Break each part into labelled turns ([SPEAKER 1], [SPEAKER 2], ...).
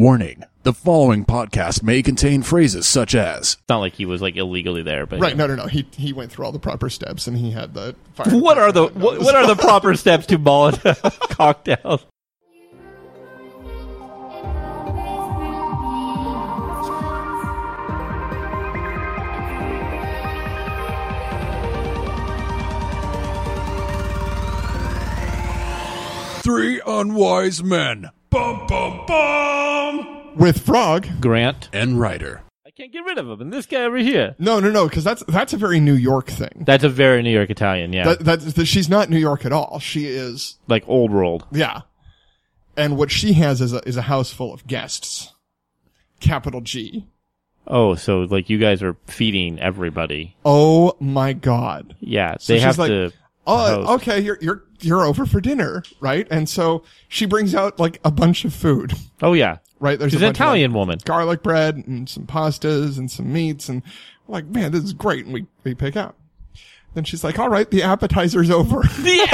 [SPEAKER 1] Warning the following podcast may contain phrases such as
[SPEAKER 2] It's not like he was like illegally there, but
[SPEAKER 3] Right. No, no, no. He he went through all the proper steps and he had the fire.
[SPEAKER 2] What are the what, what are the proper steps to Molotov cocktails?
[SPEAKER 1] Three Unwise Men. Bum, bum, bum!
[SPEAKER 3] with Frog?
[SPEAKER 2] Grant,
[SPEAKER 1] And Ryder.
[SPEAKER 2] I can't get rid of him, and this guy over here.
[SPEAKER 3] No, no, no. Because that's that's a very New York thing.
[SPEAKER 2] That's a very New York Italian, yeah,
[SPEAKER 3] That, that's that she's not New York at all. She is
[SPEAKER 2] like old world.
[SPEAKER 3] yeah. And what she has is a is a house full of guests. Capital G.
[SPEAKER 2] Oh, so like you guys are feeding everybody?
[SPEAKER 3] Oh my God.
[SPEAKER 2] Yeah,
[SPEAKER 3] So
[SPEAKER 2] they
[SPEAKER 3] she's
[SPEAKER 2] have
[SPEAKER 3] like,
[SPEAKER 2] to.
[SPEAKER 3] Oh,
[SPEAKER 2] host.
[SPEAKER 3] okay. You're you're you're over for dinner, right? And so she brings out like a bunch of food.
[SPEAKER 2] Oh yeah,
[SPEAKER 3] Right? There's
[SPEAKER 2] She's
[SPEAKER 3] a
[SPEAKER 2] an
[SPEAKER 3] bunch of, like,
[SPEAKER 2] Italian woman.
[SPEAKER 3] garlic bread and some pastas and some meats and we're like, man, this is great. And we, we pick up. Then she's like, all right, the appetizer's over.
[SPEAKER 2] The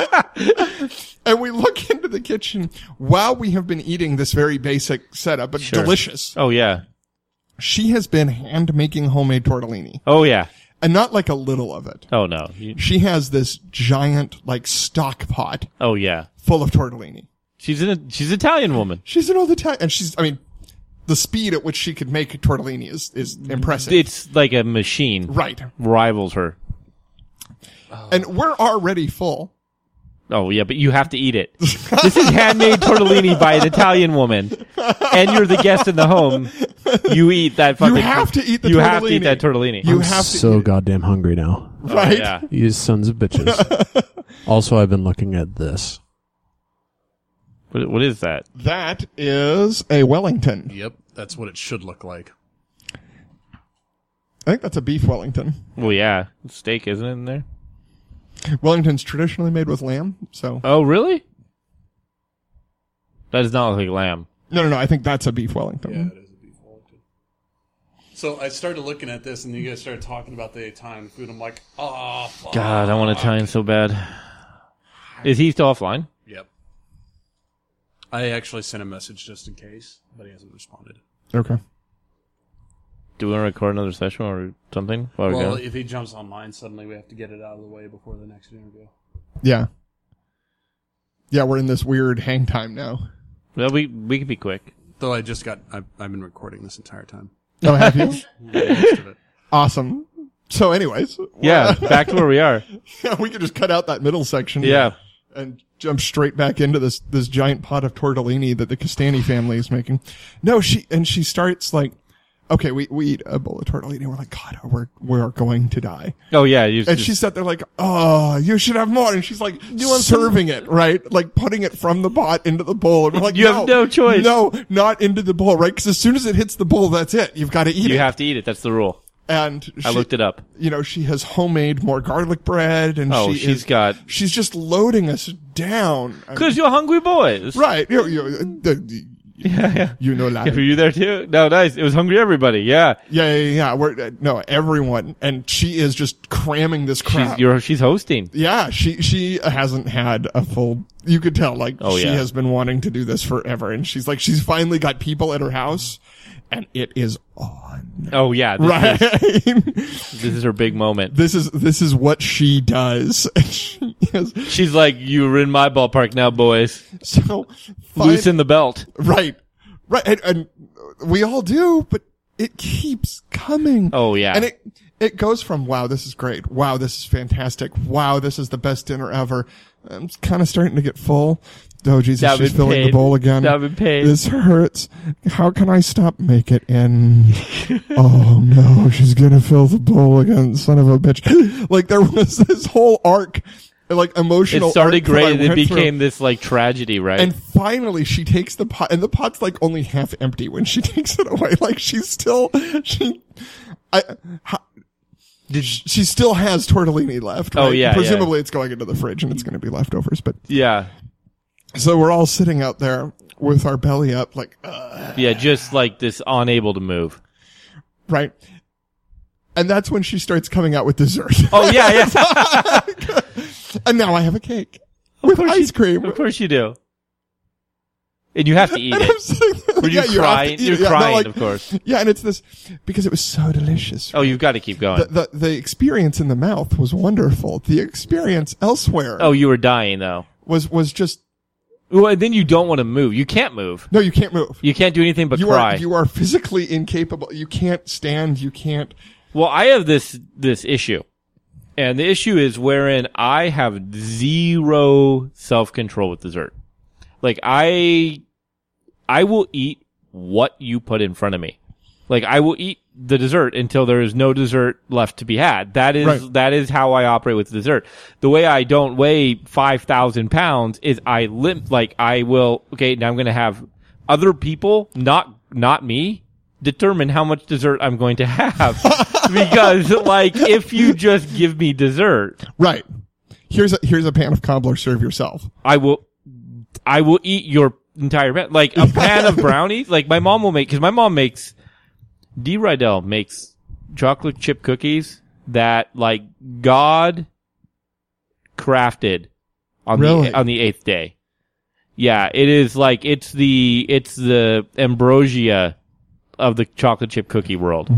[SPEAKER 2] avatar.
[SPEAKER 3] and we look into the kitchen while we have been eating this very basic setup, but
[SPEAKER 2] Sure.
[SPEAKER 3] delicious.
[SPEAKER 2] Oh yeah.
[SPEAKER 3] She has been hand making homemade tortellini
[SPEAKER 2] Oh yeah.
[SPEAKER 3] and not like a little of it.
[SPEAKER 2] Oh no. You-
[SPEAKER 3] She has this giant like stock pot
[SPEAKER 2] oh yeah.
[SPEAKER 3] full of tortellini.
[SPEAKER 2] She's an she's an Italian woman.
[SPEAKER 3] She's an old Italian and she's, I mean, the speed at which she could make tortellini is, is impressive.
[SPEAKER 2] Mm, It's like a machine.
[SPEAKER 3] right.
[SPEAKER 2] Rivals her.
[SPEAKER 3] And we're already full.
[SPEAKER 2] Oh yeah, but you have to eat it. this is handmade tortellini by an Italian woman, and you're the guest in the home. You eat that fucking.
[SPEAKER 3] You have to eat the
[SPEAKER 2] You have to eat
[SPEAKER 3] tortellini.
[SPEAKER 2] that tortellini.
[SPEAKER 3] You
[SPEAKER 4] I'm
[SPEAKER 3] have to
[SPEAKER 4] so
[SPEAKER 3] eat it.
[SPEAKER 4] goddamn hungry now.
[SPEAKER 3] right?
[SPEAKER 2] yeah.
[SPEAKER 4] You sons of bitches. also, I've been looking at this.
[SPEAKER 2] What, what is that?
[SPEAKER 3] That is a Wellington.
[SPEAKER 1] Yep, that's what it should look like.
[SPEAKER 3] I think that's a beef Wellington.
[SPEAKER 2] Well, yeah, it's steak isn't it in there?
[SPEAKER 3] Wellington's traditionally made with lamb, so
[SPEAKER 2] Oh, really? That does not look like lamb.
[SPEAKER 3] no, no, no. I think that's a beef Wellington.
[SPEAKER 5] is a beef Wellington. So I started looking at this, and you guys started talking about the Italian food. I'm like, oh, fuck.
[SPEAKER 2] God, I want Italian so bad. Is he still offline?
[SPEAKER 5] Yep. I actually sent a message just in case, but he hasn't responded.
[SPEAKER 3] Okay.
[SPEAKER 2] Do we want to record another session or something? While we're
[SPEAKER 5] Well,
[SPEAKER 2] gone?
[SPEAKER 5] if he jumps online, suddenly we have to get it out of the way before the next interview.
[SPEAKER 3] Yeah. Yeah, we're in this weird hang time now.
[SPEAKER 2] well, we we could be quick.
[SPEAKER 5] Though I just got, I've, I've been recording this entire time.
[SPEAKER 3] Oh, have you?
[SPEAKER 5] Most of it.
[SPEAKER 3] awesome. So, anyways,
[SPEAKER 2] Yeah, back to where we are.
[SPEAKER 3] yeah, we could just cut out that middle section.
[SPEAKER 2] Yeah.
[SPEAKER 3] and jump straight back into this this giant pot of tortellini that the Castani family is making. No, she and she starts like, okay, we we eat a bowl of tortellini. We're like, God, we're we're going to die.
[SPEAKER 2] Oh yeah, you
[SPEAKER 3] And
[SPEAKER 2] just-
[SPEAKER 3] she's sat there like, oh, you should have more. And she's like, serving it right, like putting it from the pot into the bowl. And we're like,
[SPEAKER 2] You have no choice.
[SPEAKER 3] no, not into the bowl, right? Because as soon as it hits the bowl, that's it. You've got to eat
[SPEAKER 2] you
[SPEAKER 3] it.
[SPEAKER 2] have to eat it. That's the rule.
[SPEAKER 3] and she,
[SPEAKER 2] I looked it up.
[SPEAKER 3] you know, she has homemade more garlic bread, and
[SPEAKER 2] Oh,
[SPEAKER 3] she
[SPEAKER 2] she has
[SPEAKER 3] is-
[SPEAKER 2] got
[SPEAKER 3] She's just loading us down. I mean,
[SPEAKER 2] because you're hungry boys.
[SPEAKER 3] Right. You, you, the, you know that.
[SPEAKER 2] Were you there too? No, nice. It was hungry everybody. Yeah,
[SPEAKER 3] Yeah, yeah, yeah. We're, uh, no, everyone. And she is just cramming this crap.
[SPEAKER 2] she's you're, she's hosting.
[SPEAKER 3] yeah, she, she hasn't had a full, you could tell, like,
[SPEAKER 2] Oh,
[SPEAKER 3] she
[SPEAKER 2] yeah.
[SPEAKER 3] has been wanting to do this forever. And she's like, she's finally got people at her house and it is on.
[SPEAKER 2] Oh yeah, this,
[SPEAKER 3] Right.
[SPEAKER 2] this is her big moment.
[SPEAKER 3] this is, this is what she does. She is-
[SPEAKER 2] She's like, "You're in my ballpark now, boys.
[SPEAKER 3] so, fin-
[SPEAKER 2] Loosen the belt."
[SPEAKER 3] Right. Right. And, and we all do, but it keeps coming.
[SPEAKER 2] Oh, yeah.
[SPEAKER 3] And it, it goes from, wow, this is great. Wow, this is fantastic. Wow, this is the best dinner ever. I'm kind of starting to get full. Oh, Jesus,
[SPEAKER 2] Stop
[SPEAKER 3] she's
[SPEAKER 2] it,
[SPEAKER 3] filling the
[SPEAKER 2] pain.
[SPEAKER 3] bowl again.
[SPEAKER 2] Stop it, pain.
[SPEAKER 3] This hurts. How can I stop? Make it in. oh, no, she's going to fill the bowl again. Son of a bitch. like, there was this whole arc, like,
[SPEAKER 2] It
[SPEAKER 3] emotional
[SPEAKER 2] started
[SPEAKER 3] arc that I
[SPEAKER 2] great, and it
[SPEAKER 3] went through.
[SPEAKER 2] became this like tragedy, right?
[SPEAKER 3] And finally, she takes the pot, and the pot's like only half empty when she takes it away. Like she's still, she, I, ha, she still has tortellini left.
[SPEAKER 2] Oh,
[SPEAKER 3] right?
[SPEAKER 2] yeah,
[SPEAKER 3] presumably it's going into the fridge and it's going to be leftovers. But
[SPEAKER 2] yeah,
[SPEAKER 3] so we're all sitting out there with our belly up, like uh,
[SPEAKER 2] yeah, just like this, unable to move.
[SPEAKER 3] right. And that's when she starts coming out with dessert.
[SPEAKER 2] Oh yeah, yeah.
[SPEAKER 3] and now I have a cake with
[SPEAKER 2] course
[SPEAKER 3] ice
[SPEAKER 2] you-
[SPEAKER 3] cream.
[SPEAKER 2] of course you do. and you have to eat
[SPEAKER 3] I'm
[SPEAKER 2] it.
[SPEAKER 3] sitting there,
[SPEAKER 2] Were you
[SPEAKER 3] yeah, you have to
[SPEAKER 2] crying?
[SPEAKER 3] eat
[SPEAKER 2] You're
[SPEAKER 3] it. Yeah, no,
[SPEAKER 2] crying,
[SPEAKER 3] like-
[SPEAKER 2] of course.
[SPEAKER 3] Yeah, and it's this because it was so delicious.
[SPEAKER 2] Oh, you've got to keep going.
[SPEAKER 3] The, the the experience in the mouth was wonderful. The experience elsewhere
[SPEAKER 2] oh, you were dying though.
[SPEAKER 3] was was just
[SPEAKER 2] Well, and then you don't want to move. You can't move.
[SPEAKER 3] no. You can't move.
[SPEAKER 2] You can't do anything but
[SPEAKER 3] You
[SPEAKER 2] cry.
[SPEAKER 3] are you are physically incapable. You can't stand. You can't.
[SPEAKER 2] Well, I have this this issue, and the issue is wherein I have zero self control with dessert. Like I, I will eat what you put in front of me. Like I will eat the dessert until there is no dessert left to be had. That is
[SPEAKER 3] Right.
[SPEAKER 2] that is how I operate with dessert. The way I don't weigh five thousand pounds is I limp. Like I will. Okay, now I'm going to have other people, not not me, determine how much dessert I'm going to have. because like if you just give me dessert,
[SPEAKER 3] Right. Here's a here's a pan of cobbler. Serve yourself.
[SPEAKER 2] I will, I will eat your entire pan. Like a pan of brownies. Like my mom will make because my mom makes. D. Rydell makes chocolate chip cookies that like God crafted on
[SPEAKER 3] Really?
[SPEAKER 2] the on the eighth day. Yeah, it is like it's the it's the ambrosia of the chocolate chip cookie world.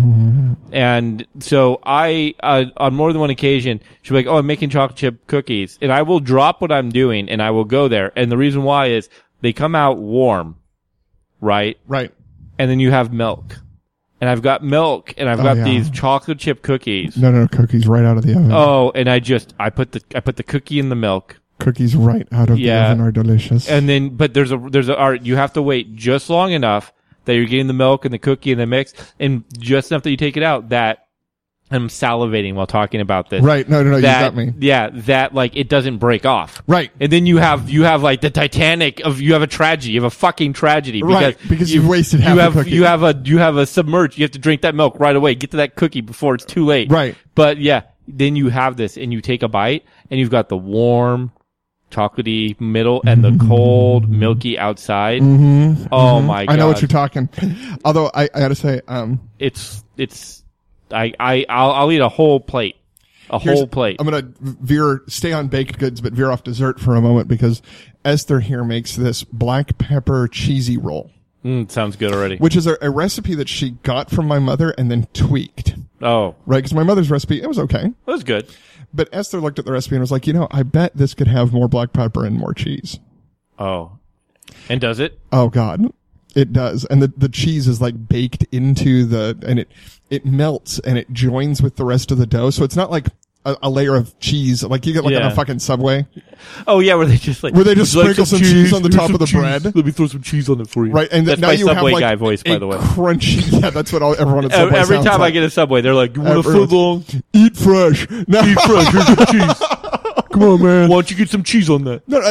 [SPEAKER 2] And so I, uh, on more than one occasion, she'll be like, Oh, I'm making chocolate chip cookies. And I will drop what I'm doing and I will go there. And the reason why is they come out warm, right?
[SPEAKER 3] Right.
[SPEAKER 2] And then you have milk. And I've got milk and I've
[SPEAKER 3] Oh,
[SPEAKER 2] got
[SPEAKER 3] yeah.
[SPEAKER 2] these chocolate chip cookies.
[SPEAKER 3] No, no, cookies right out of the oven.
[SPEAKER 2] Oh, and I just, I put the, I put the cookie in the milk.
[SPEAKER 3] Cookies right out of
[SPEAKER 2] Yeah.
[SPEAKER 3] the oven are delicious.
[SPEAKER 2] And then, but there's a, there's a, all right, you have to wait just long enough that you're getting the milk and the cookie and the mix and just enough that you take it out that I'm salivating while talking about this.
[SPEAKER 3] right. No, no, no. you
[SPEAKER 2] that
[SPEAKER 3] got me.
[SPEAKER 2] yeah that like it doesn't break off
[SPEAKER 3] Right.
[SPEAKER 2] and then you have you have like the titanic of you have a tragedy you have a fucking tragedy because
[SPEAKER 3] Right, because you've wasted half
[SPEAKER 2] you
[SPEAKER 3] a
[SPEAKER 2] have
[SPEAKER 3] cookie.
[SPEAKER 2] you have a you have a submerged you have to drink that milk right away get to that cookie before it's too late
[SPEAKER 3] Right.
[SPEAKER 2] but yeah then you have this and you take a bite and you've got the warm chocolatey middle and
[SPEAKER 3] Mm-hmm.
[SPEAKER 2] the cold milky outside oh my god
[SPEAKER 3] I know what you're talking. Although I, I gotta say, um,
[SPEAKER 2] it's it's I I I'll, I'll eat a whole plate a
[SPEAKER 3] here's-
[SPEAKER 2] whole plate
[SPEAKER 3] I'm gonna veer, stay on baked goods, but veer off dessert for a moment because Esther here makes this black pepper cheesy roll,
[SPEAKER 2] Mm, sounds good already
[SPEAKER 3] which is a, a recipe that she got from my mother and then tweaked.
[SPEAKER 2] oh
[SPEAKER 3] Right, because my mother's recipe it was okay,
[SPEAKER 2] That was good.
[SPEAKER 3] but Esther looked at the recipe and was like, you know, I bet this could have more black pepper and more cheese.
[SPEAKER 2] Oh. And does it?
[SPEAKER 3] Oh God. It does. And the, the cheese is like baked into the, and it, it melts and it joins with the rest of the dough. So it's not like a, a layer of cheese, like you get like on
[SPEAKER 2] Yeah.
[SPEAKER 3] a fucking subway,
[SPEAKER 2] Oh yeah, where they just like
[SPEAKER 3] Where they just
[SPEAKER 2] "Would you
[SPEAKER 3] sprinkle some cheese on the
[SPEAKER 2] Here's
[SPEAKER 3] top
[SPEAKER 2] some
[SPEAKER 3] of the
[SPEAKER 2] cheese.
[SPEAKER 3] bread?"
[SPEAKER 2] Let me throw some cheese on it for you.
[SPEAKER 3] right? And
[SPEAKER 2] that's
[SPEAKER 3] now
[SPEAKER 2] my
[SPEAKER 3] you
[SPEAKER 2] Subway
[SPEAKER 3] have like
[SPEAKER 2] guy voice, by
[SPEAKER 3] a
[SPEAKER 2] the way.
[SPEAKER 3] crunchy. Yeah, that's what all, everyone at Subway
[SPEAKER 2] Every
[SPEAKER 3] sounds
[SPEAKER 2] time I
[SPEAKER 3] like.
[SPEAKER 2] get a subway, they're like, "You want a
[SPEAKER 3] Everyone's-
[SPEAKER 2] foot long?
[SPEAKER 3] eat fresh. No,
[SPEAKER 2] Eat fresh. Here's some cheese.
[SPEAKER 3] come on,
[SPEAKER 2] Why
[SPEAKER 3] man.
[SPEAKER 2] don't you get some cheese on that?"
[SPEAKER 3] No, I,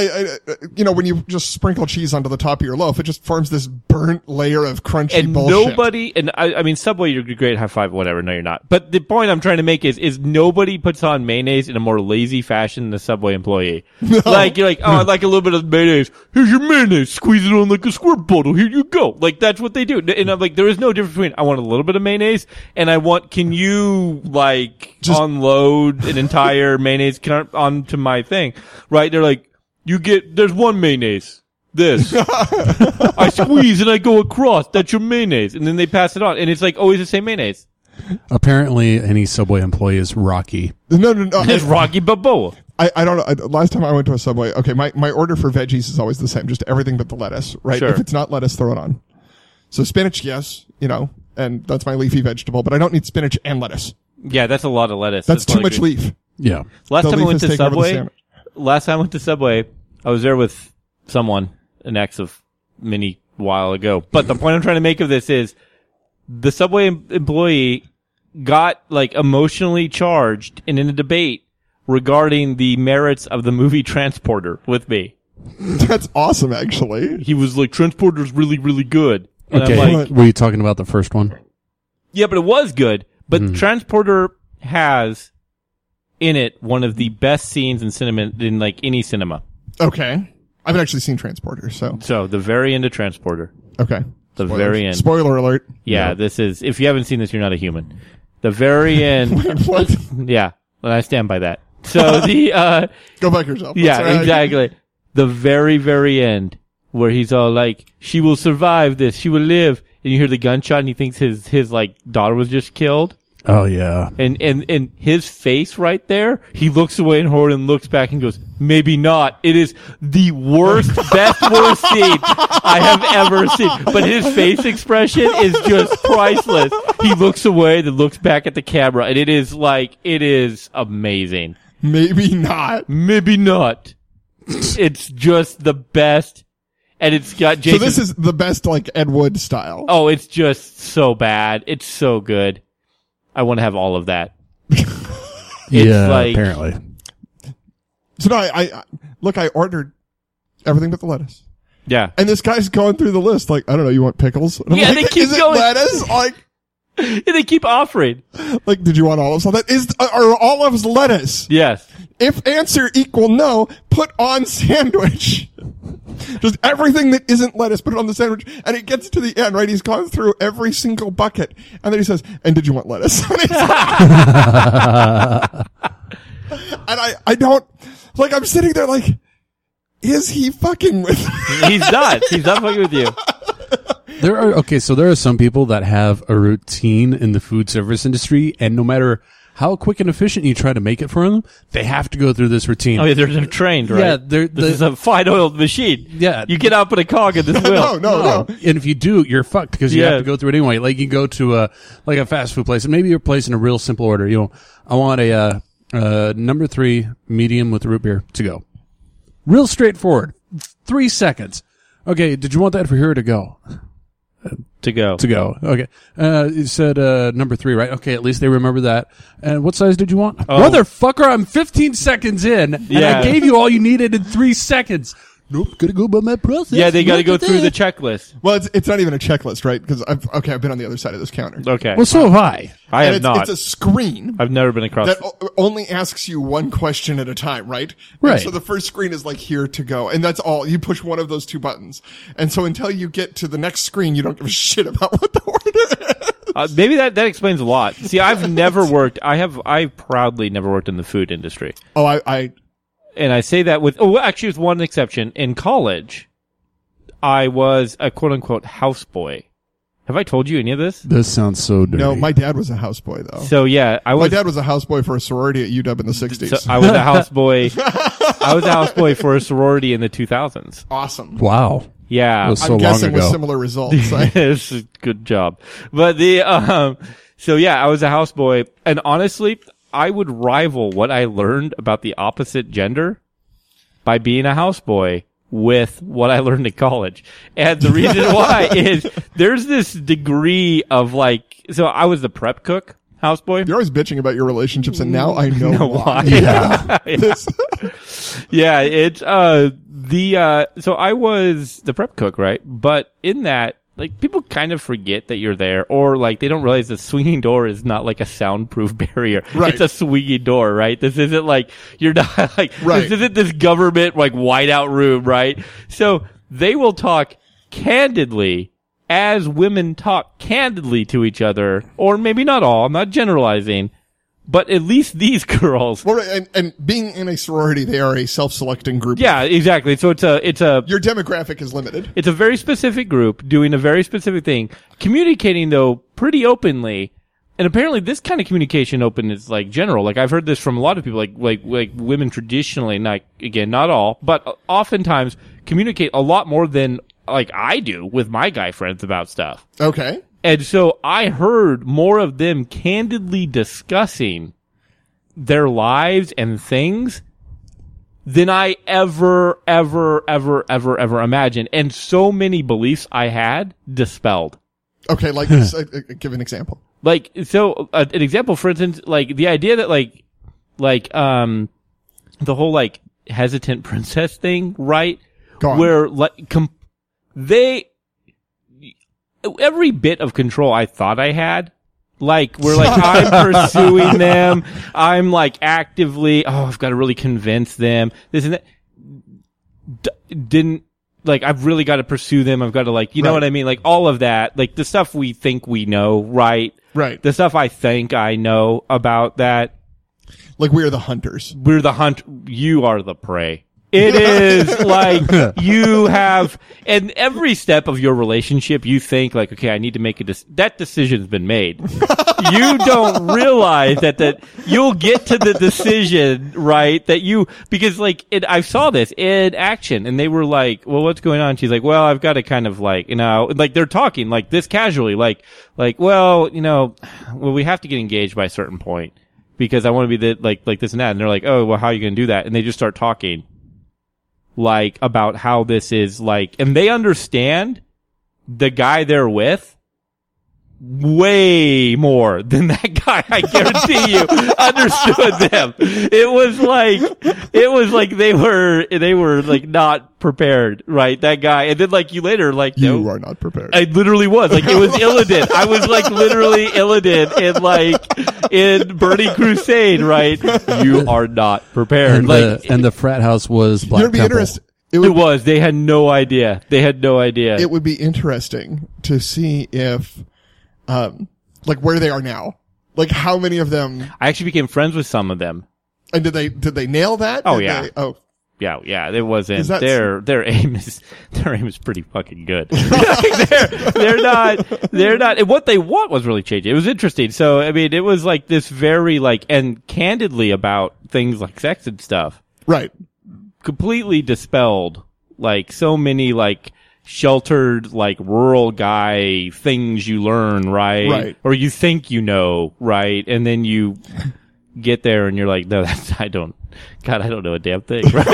[SPEAKER 3] I, I- you know, when you just sprinkle cheese onto the top of your loaf, it just forms this burnt layer of crunchy
[SPEAKER 2] And
[SPEAKER 3] bullshit.
[SPEAKER 2] nobody, and I, I mean, Subway, you're great, high five, whatever. No, you're not. But the point I'm trying to make is, is nobody puts on mayonnaise in a more lazy fashion than a Subway employee. Like you're like, oh, I'd like a little bit of mayonnaise. Here's your mayonnaise. Squeeze it on like a squirt bottle. Here you go. Like that's what they do. And I'm like, there is no difference between I want a little bit of mayonnaise and I want. Can you like unload an entire mayonnaise can- onto my thing? Right? They're like, you get there's one mayonnaise. This. I squeeze and I go across. That's your mayonnaise. And then they pass it on. And it's like always the same mayonnaise.
[SPEAKER 4] Apparently, any Subway employee is Rocky.
[SPEAKER 3] no, no, no. I-
[SPEAKER 2] It's Rocky Balboa.
[SPEAKER 3] I, I don't know. I, last time I went to a Subway, okay, my, my order for veggies is always the same, just everything but the lettuce, right?
[SPEAKER 2] Sure.
[SPEAKER 3] If it's not lettuce, throw it on. So spinach, yes, you know, and that's my leafy vegetable, but I don't need spinach and lettuce.
[SPEAKER 2] Yeah, that's a lot of lettuce.
[SPEAKER 3] That's
[SPEAKER 2] what
[SPEAKER 3] too
[SPEAKER 2] I
[SPEAKER 3] much
[SPEAKER 2] agree.
[SPEAKER 3] leaf.
[SPEAKER 4] Yeah.
[SPEAKER 2] Last
[SPEAKER 3] The
[SPEAKER 2] time I
[SPEAKER 3] leaf
[SPEAKER 2] went
[SPEAKER 3] is
[SPEAKER 2] to
[SPEAKER 3] taking over the
[SPEAKER 2] Subway,
[SPEAKER 3] sandwich.
[SPEAKER 2] last time I went to Subway, I was there with someone, an ex of many while ago. But the point I'm trying to make of this is the Subway em- employee got like emotionally charged and in a debate regarding the merits of the movie Transporter with me.
[SPEAKER 3] That's awesome, actually.
[SPEAKER 2] He was like, Transporter's really, really good. And
[SPEAKER 4] Okay.
[SPEAKER 2] I'm like,
[SPEAKER 4] Were you talking about the first one?
[SPEAKER 2] yeah, but it was good. But Transporter has in it one of the best scenes in cinema, in like any cinema.
[SPEAKER 3] Okay. I haven't actually seen Transporter, so.
[SPEAKER 2] So the very end of Transporter.
[SPEAKER 3] Okay.
[SPEAKER 2] The
[SPEAKER 3] Spoilers.
[SPEAKER 2] very end.
[SPEAKER 3] Spoiler alert.
[SPEAKER 2] yeah, this is if you haven't seen this, you're not a human. The very end.
[SPEAKER 3] what?
[SPEAKER 2] yeah, and I stand by that. So the uh,
[SPEAKER 3] Go back yourself. That's
[SPEAKER 2] yeah,
[SPEAKER 3] all right.
[SPEAKER 2] exactly. The very very end where he's all like, "She will survive this. She will live." And you hear the gunshot, and he thinks his his like daughter was just killed.
[SPEAKER 4] Oh yeah.
[SPEAKER 2] And and and his face right there, he looks away and horror and looks back and goes, "Maybe not." It is the worst, best worst scene I have ever seen. But his face expression is just priceless. He looks away, then looks back at the camera, and it is like it is amazing.
[SPEAKER 3] Maybe not.
[SPEAKER 2] Maybe not. it's just the best, and it's got Jason.
[SPEAKER 3] So this is the best like Ed Wood style.
[SPEAKER 2] oh, it's just so bad. It's so good. I want to have all of that. It's
[SPEAKER 4] yeah.
[SPEAKER 2] like-
[SPEAKER 4] apparently.
[SPEAKER 3] So no, I, I I- look. I ordered everything but the lettuce,
[SPEAKER 2] Yeah.
[SPEAKER 3] and this guy's going through the list. Like, I don't know, you want pickles? And I'm
[SPEAKER 2] Yeah,
[SPEAKER 3] like,
[SPEAKER 2] they keep
[SPEAKER 3] is
[SPEAKER 2] going."
[SPEAKER 3] It lettuce? Like,
[SPEAKER 2] and they keep offering.
[SPEAKER 3] like, did you want olives on that? Is are olives lettuce?
[SPEAKER 2] Yes.
[SPEAKER 3] If answer equal no, put on sandwich. Just everything that isn't lettuce, put it on the sandwich. And it gets to the end, right? He's gone through every single bucket. And then he says, and did you want lettuce? and, he's like- And I, I don't, like, I'm sitting there like, is he fucking with me?
[SPEAKER 2] He's not. He's not fucking with you.
[SPEAKER 4] There are okay, so there are some people that have a routine in the food service industry, and no matter how quick and efficient you try to make it for them, they have to go through this routine.
[SPEAKER 2] Oh, yeah, they're, they're trained, right?
[SPEAKER 4] Yeah, they're-
[SPEAKER 2] this
[SPEAKER 4] the-
[SPEAKER 2] is a fine oiled machine.
[SPEAKER 4] Yeah.
[SPEAKER 2] You cannot put a cog in this
[SPEAKER 3] No,
[SPEAKER 2] wheel.
[SPEAKER 3] no, no.
[SPEAKER 4] And if you do, you're fucked because you
[SPEAKER 2] Yeah.
[SPEAKER 4] have to go through it anyway. Like you go to a like a fast food place, and maybe you're placing a real simple order. You know, I want a uh, uh, number three medium with root beer to go. Real straightforward. Three seconds. Okay, did you want that for here to go?
[SPEAKER 2] To go.
[SPEAKER 4] To go. Okay. Uh, it said uh, number three, right? Okay, at least they remember that. And what size did you want? Motherfucker, I'm 15 seconds in, and
[SPEAKER 2] Oh. Yeah.
[SPEAKER 4] I gave you all you needed in three seconds. Nope, gotta go by my process.
[SPEAKER 2] yeah, they got to
[SPEAKER 4] Look
[SPEAKER 2] go
[SPEAKER 4] at
[SPEAKER 2] through the
[SPEAKER 4] that.
[SPEAKER 2] checklist.
[SPEAKER 3] Well, it's, it's not even a checklist, right? Because I've, okay, I've been on the other side of this counter.
[SPEAKER 2] Okay.
[SPEAKER 4] well, so have I.
[SPEAKER 2] I
[SPEAKER 3] and
[SPEAKER 2] have
[SPEAKER 3] it's,
[SPEAKER 2] not.
[SPEAKER 3] It's a screen.
[SPEAKER 2] I've never been across.
[SPEAKER 3] that o- only asks you one question at a time, right? And
[SPEAKER 4] Right.
[SPEAKER 3] so the first screen is like here to go, and that's all. You push one of those two buttons, and so until you get to the next screen, you don't give a shit about what the order is.
[SPEAKER 2] Uh, maybe that, that explains a lot. See, I've never worked. I have. I proudly never worked in the food industry,
[SPEAKER 3] Oh, I, I
[SPEAKER 2] and I say that with oh, well, actually, with one exception. In college, I was a quote unquote houseboy. Have I told you any of this?
[SPEAKER 4] This sounds so dirty.
[SPEAKER 3] no, my dad was a houseboy though.
[SPEAKER 2] So yeah, I
[SPEAKER 3] my
[SPEAKER 2] was.
[SPEAKER 3] dad was a houseboy for a sorority at UW in the '60s.
[SPEAKER 2] So I was a houseboy. I was a houseboy for a sorority in the 2000s.
[SPEAKER 3] awesome.
[SPEAKER 4] wow.
[SPEAKER 2] Yeah,
[SPEAKER 4] Was- so
[SPEAKER 3] I'm
[SPEAKER 4] long
[SPEAKER 3] guessing with
[SPEAKER 4] ago.
[SPEAKER 3] similar results. I-
[SPEAKER 2] This is a good job. But the um, so yeah, I was a houseboy, and honestly, I would rival what I learned about the opposite gender by being a houseboy with what I learned in college. And the reason why is there's this degree of like, so I was the prep cook houseboy.
[SPEAKER 3] You're always bitching about your relationships, and now I know, why.
[SPEAKER 2] Yeah. yeah. It's, uh, the, uh, so I was the prep cook, right? But in that, like, people kind of forget that you're there or like they don't realize the swinging door is not like a soundproof barrier.
[SPEAKER 3] Right.
[SPEAKER 2] It's a swinging door, right? This isn't like, you're not like,
[SPEAKER 3] Right.
[SPEAKER 2] this isn't this government like whiteout room, right? So they will talk candidly as women talk candidly to each other, or maybe not all, I'm not generalizing, but at least these girls.
[SPEAKER 3] Well, and, and being in a sorority, they are a self-selecting group.
[SPEAKER 2] Yeah, exactly. So it's a, it's a,
[SPEAKER 3] Your demographic is limited.
[SPEAKER 2] it's a very specific group doing a very specific thing, communicating though pretty openly. And apparently this kind of communication open is like general. Like I've heard this from a lot of people, like, like, like women traditionally, not, again, not all, but oftentimes communicate a lot more than like I do with my guy friends about stuff.
[SPEAKER 3] Okay.
[SPEAKER 2] And so I heard more of them candidly discussing their lives and things than I ever, ever, ever, ever, ever imagined. And so many beliefs I had dispelled.
[SPEAKER 3] Okay. Like, this, uh, uh, give an example.
[SPEAKER 2] Like, so uh, an example, for instance, like the idea that like, like, um, the whole like hesitant princess thing, right?
[SPEAKER 3] Go on.
[SPEAKER 2] Where like, com- they, every bit of control I thought I had, like, we're like, I'm pursuing them. I'm like actively, oh, I've got to really convince them. This and that. D- didn't, like, I've really got to pursue them. I've got to like, you know
[SPEAKER 3] Right.
[SPEAKER 2] what I mean? Like all of that, like the stuff we think we know, right?
[SPEAKER 3] Right.
[SPEAKER 2] The stuff I think I know about that.
[SPEAKER 3] Like we are the hunters.
[SPEAKER 2] We're the hunt. You are the prey. It is like you have, and every step of your relationship, you think like, okay, I need to make a dec- that decision's been made. you don't realize that that you'll get to the decision right that you because like it, I saw this in action, and they were like, well, what's going on? She's like, well, I've got to kind of like you know, like they're talking like this casually, like like well, you know, well, we have to get engaged by a certain point. Because I want to be the, like like this and that, and they're like, oh well, how are you going to do that? And they just start talking, like about how this is like and they understand the guy they're with way more than that guy I guarantee you understood them. It was like it was like they were they were like not prepared, right? That guy and then like you later like
[SPEAKER 3] You
[SPEAKER 2] no,
[SPEAKER 3] are not prepared.
[SPEAKER 2] I literally was like it was Illidan. I was like literally Illidan in like in Burning Crusade, right? You are not prepared.
[SPEAKER 4] And, uh,
[SPEAKER 2] Like
[SPEAKER 4] the, and the frat house was Black
[SPEAKER 3] It'd be
[SPEAKER 4] Temple.
[SPEAKER 3] interesting. It
[SPEAKER 2] it
[SPEAKER 3] would,
[SPEAKER 2] was. They had no idea. They had no idea.
[SPEAKER 3] it would be interesting to see if, um, like where they are now. Like how many of them,
[SPEAKER 2] I actually became friends with some of them.
[SPEAKER 3] and did they did they nail that?
[SPEAKER 2] Oh,
[SPEAKER 3] Did
[SPEAKER 2] yeah.
[SPEAKER 3] they- oh,
[SPEAKER 2] Yeah, yeah, it wasn't.
[SPEAKER 3] Is that-
[SPEAKER 2] Their their aim is their aim is pretty fucking good. Like, they're, they're not they're not. And what they want was really changing. It was interesting. So I mean, it was like this very like and candidly about things like sex and stuff.
[SPEAKER 3] right.
[SPEAKER 2] Completely dispelled like so many like sheltered like rural guy things you learn right,
[SPEAKER 3] Right.
[SPEAKER 2] or you think you know right, and then you get there and you're like, no, that's I don't. God, I don't know a damn thing. Right?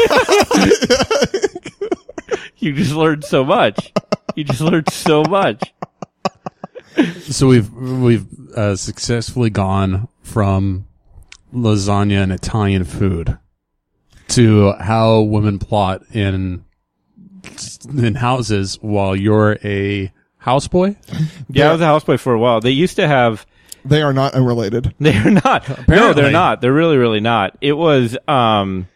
[SPEAKER 2] you just learned so much. You just learned so much.
[SPEAKER 4] So we've we've uh, successfully gone from lasagna and Italian food to how women plot in in houses while you're a houseboy.
[SPEAKER 2] Yeah, I was a houseboy for a while. They used to have.
[SPEAKER 3] They are not unrelated.
[SPEAKER 2] They're not. No, they're not. They're really, really not. It was. um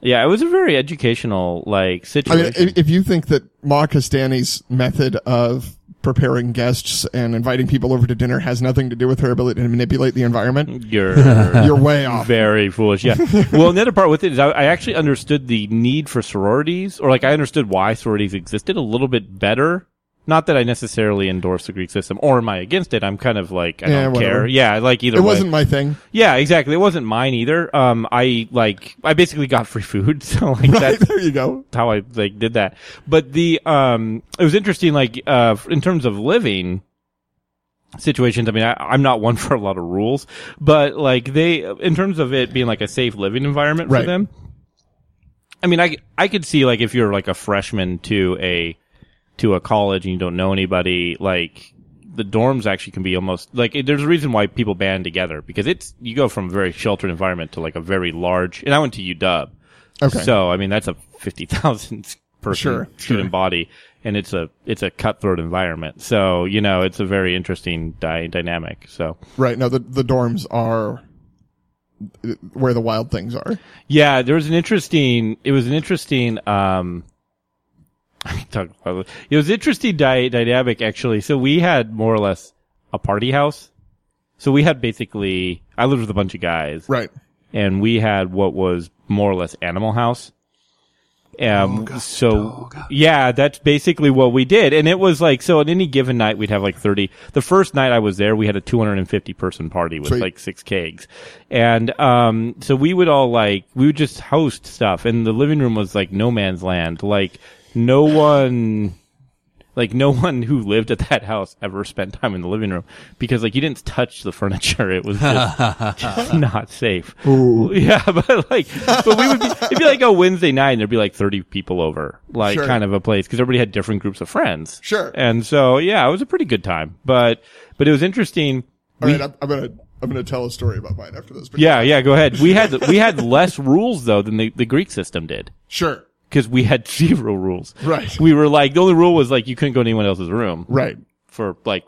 [SPEAKER 2] Yeah, it was a very educational like
[SPEAKER 3] I mean,
[SPEAKER 2] situation.
[SPEAKER 3] if, if you think that Ma Castani's method of preparing guests and inviting people over to dinner has nothing to do with her ability to manipulate the environment,
[SPEAKER 2] You're
[SPEAKER 3] you're way off.
[SPEAKER 2] Mm. very foolish. Yeah. well, another part with it is I, I actually understood the need for sororities, or like I understood why sororities existed a little bit better. Not that I necessarily endorse the Greek system, or am I against it? I'm kind of like I
[SPEAKER 3] Yeah,
[SPEAKER 2] don't
[SPEAKER 3] whatever.
[SPEAKER 2] care. Yeah, I like either.
[SPEAKER 3] It
[SPEAKER 2] way.
[SPEAKER 3] wasn't my thing.
[SPEAKER 2] Yeah, exactly. It wasn't mine either. Um, I like I basically got free food, so like that's
[SPEAKER 3] there you go.
[SPEAKER 2] how I like did that. But the um, it was interesting. Like uh, f- in terms of living situations, I mean, I, I'm not one for a lot of rules, but like they, in terms of it being like a safe living environment for
[SPEAKER 3] Right.
[SPEAKER 2] them. I mean, I I could see like if you're like a freshman to a to a college and you don't know anybody, like the dorms actually can be almost like it- there's a reason why people band together because it's you go from a very sheltered environment to like a very large. And I went to UW,
[SPEAKER 3] Okay.
[SPEAKER 2] So I mean that's a fifty thousand person
[SPEAKER 3] Sure,
[SPEAKER 2] student body, and it's a it's a cutthroat environment. So you know it's a very interesting dy dynamic. So
[SPEAKER 3] Right. No, the, the dorms are where the wild things are.
[SPEAKER 2] Yeah, there was an interesting. It was an interesting. Um, talk about it. It was interesting di- dynamic actually. So we had more or less a party house. So we had basically. I lived with a bunch of guys,
[SPEAKER 3] Right.
[SPEAKER 2] and we had what was more or less Animal House. Um, so yeah, that's basically what we did. And it was like, so on any given night, we'd have like 30. The first night I was there, we had a 250 person party with
[SPEAKER 3] Sweet.
[SPEAKER 2] like six kegs. And, um, so we would all like, we would just host stuff and the living room was like no man's land. Like no one, like no one who lived at that house ever spent time in the living room because like you didn't touch the furniture. It was just, just not safe. Yeah, but like, but we would be, it'd be like a Wednesday night and there'd be like 30 people over, like
[SPEAKER 3] Sure.
[SPEAKER 2] kind of a place because everybody had different groups of friends.
[SPEAKER 3] Sure.
[SPEAKER 2] And so, yeah, it was a pretty good time, but, but it was interesting.
[SPEAKER 3] All right. I'm, I'm going to, I'm going to tell a story about mine after this. But
[SPEAKER 2] Yeah, yeah, go ahead. We had, we had less rules though than the, the Greek system did
[SPEAKER 3] Sure.
[SPEAKER 2] because we had zero rules.
[SPEAKER 3] Right.
[SPEAKER 2] We were like, the only rule was like you couldn't go to anyone else's room
[SPEAKER 3] Right.
[SPEAKER 2] for like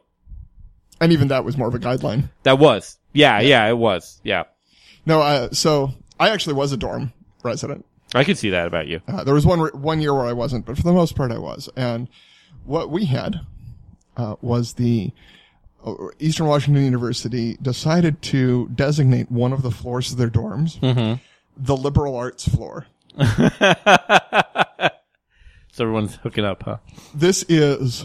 [SPEAKER 3] And even that was more of a guideline.
[SPEAKER 2] That was. Yeah, yeah, it was. Yeah.
[SPEAKER 3] No, uh, so I actually was a dorm resident.
[SPEAKER 2] I could see that about you.
[SPEAKER 3] Uh, there was one re- one year where I wasn't, but for the most part I was. And what we had uh, was the uh, Eastern Washington University
[SPEAKER 2] Mm-hmm.
[SPEAKER 3] decided to designate one of the floors of their dorms the liberal arts floor.
[SPEAKER 2] So everyone's hooking up, huh?
[SPEAKER 3] This is,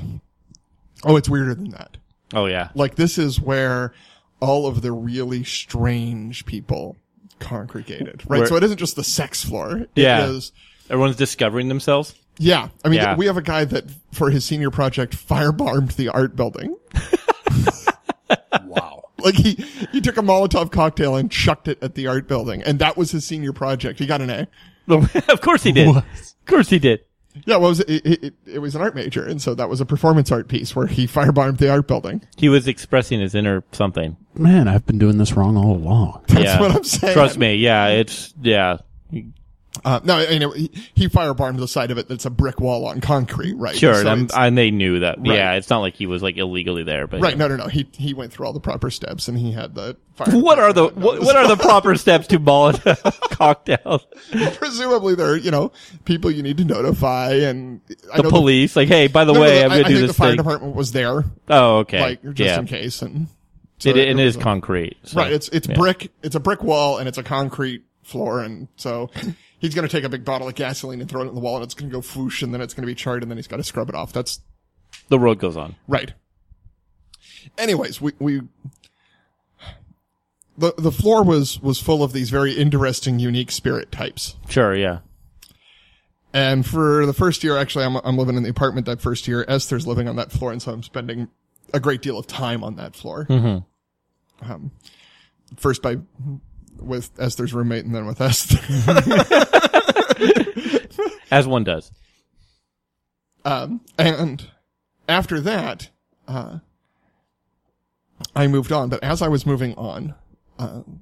[SPEAKER 3] oh, it's weirder than that.
[SPEAKER 2] Oh yeah.
[SPEAKER 3] Like this is where all of the really strange people congregated, right?
[SPEAKER 2] Where-
[SPEAKER 3] so it isn't just the sex floor. It
[SPEAKER 2] Yeah.
[SPEAKER 3] is-
[SPEAKER 2] Everyone's discovering themselves.
[SPEAKER 3] yeah. I mean,
[SPEAKER 2] Yeah.
[SPEAKER 3] we have a guy that for his senior project firebombed the art building.
[SPEAKER 5] Wow.
[SPEAKER 3] Like he, he took a Molotov cocktail and chucked it at the art building. And that was his senior project. He got an A.
[SPEAKER 2] of course he did. Of course he did.
[SPEAKER 3] Yeah. Well, it was, it, it, it- it was an art major. And so that was a performance art piece where he firebombed the art building.
[SPEAKER 2] He was expressing his inner something.
[SPEAKER 4] Man, I've been doing this wrong all along.
[SPEAKER 3] That's
[SPEAKER 2] yeah.
[SPEAKER 3] what I'm saying.
[SPEAKER 2] Trust me. Yeah, it's yeah.
[SPEAKER 3] Uh, no, I know he, he firebombed the side of it that's a brick wall on concrete, right?
[SPEAKER 2] Sure,
[SPEAKER 3] So
[SPEAKER 2] and, I'm-
[SPEAKER 3] it's-
[SPEAKER 2] and they knew that.
[SPEAKER 3] Right.
[SPEAKER 2] Yeah, it's not like he was like illegally there, but
[SPEAKER 3] right. No, no, no. He he went through all the proper steps and he had the fire.
[SPEAKER 2] What are the what, what are the proper steps to Molotov cocktails?
[SPEAKER 3] presumably there? are, You know, people you need to notify and I
[SPEAKER 2] The
[SPEAKER 3] know
[SPEAKER 2] police, like, hey, by the
[SPEAKER 3] no, no,
[SPEAKER 2] way,
[SPEAKER 3] no,
[SPEAKER 2] I'm
[SPEAKER 3] I-
[SPEAKER 2] gonna
[SPEAKER 3] I
[SPEAKER 2] do
[SPEAKER 3] think
[SPEAKER 2] this
[SPEAKER 3] the fire
[SPEAKER 2] thing.
[SPEAKER 3] department was there,
[SPEAKER 2] oh, okay,
[SPEAKER 3] like just
[SPEAKER 2] yeah,
[SPEAKER 3] in case, and so
[SPEAKER 2] it, it
[SPEAKER 3] was
[SPEAKER 2] is
[SPEAKER 3] a-
[SPEAKER 2] concrete, so-
[SPEAKER 3] right. It's it's brick. It's a brick wall and it's a concrete floor, and so he's gonna take a big bottle of gasoline and throw it in the wall, and it's gonna go foosh, and then it's gonna be charred, and then he's got to scrub it off. That's
[SPEAKER 2] the world goes on.
[SPEAKER 3] Right. Anyways, we we the the floor was was full of these very interesting, unique spirit types.
[SPEAKER 2] Sure, yeah,
[SPEAKER 3] And for the first year, actually, I'm I'm living in the apartment that first year. Esther's living on that floor, and so I'm spending a great deal of time on that floor. Um, first by with Esther's roommate, and then with Esther.
[SPEAKER 2] as one does.
[SPEAKER 3] Um, and after that, uh, I moved on. But as I was moving on, um,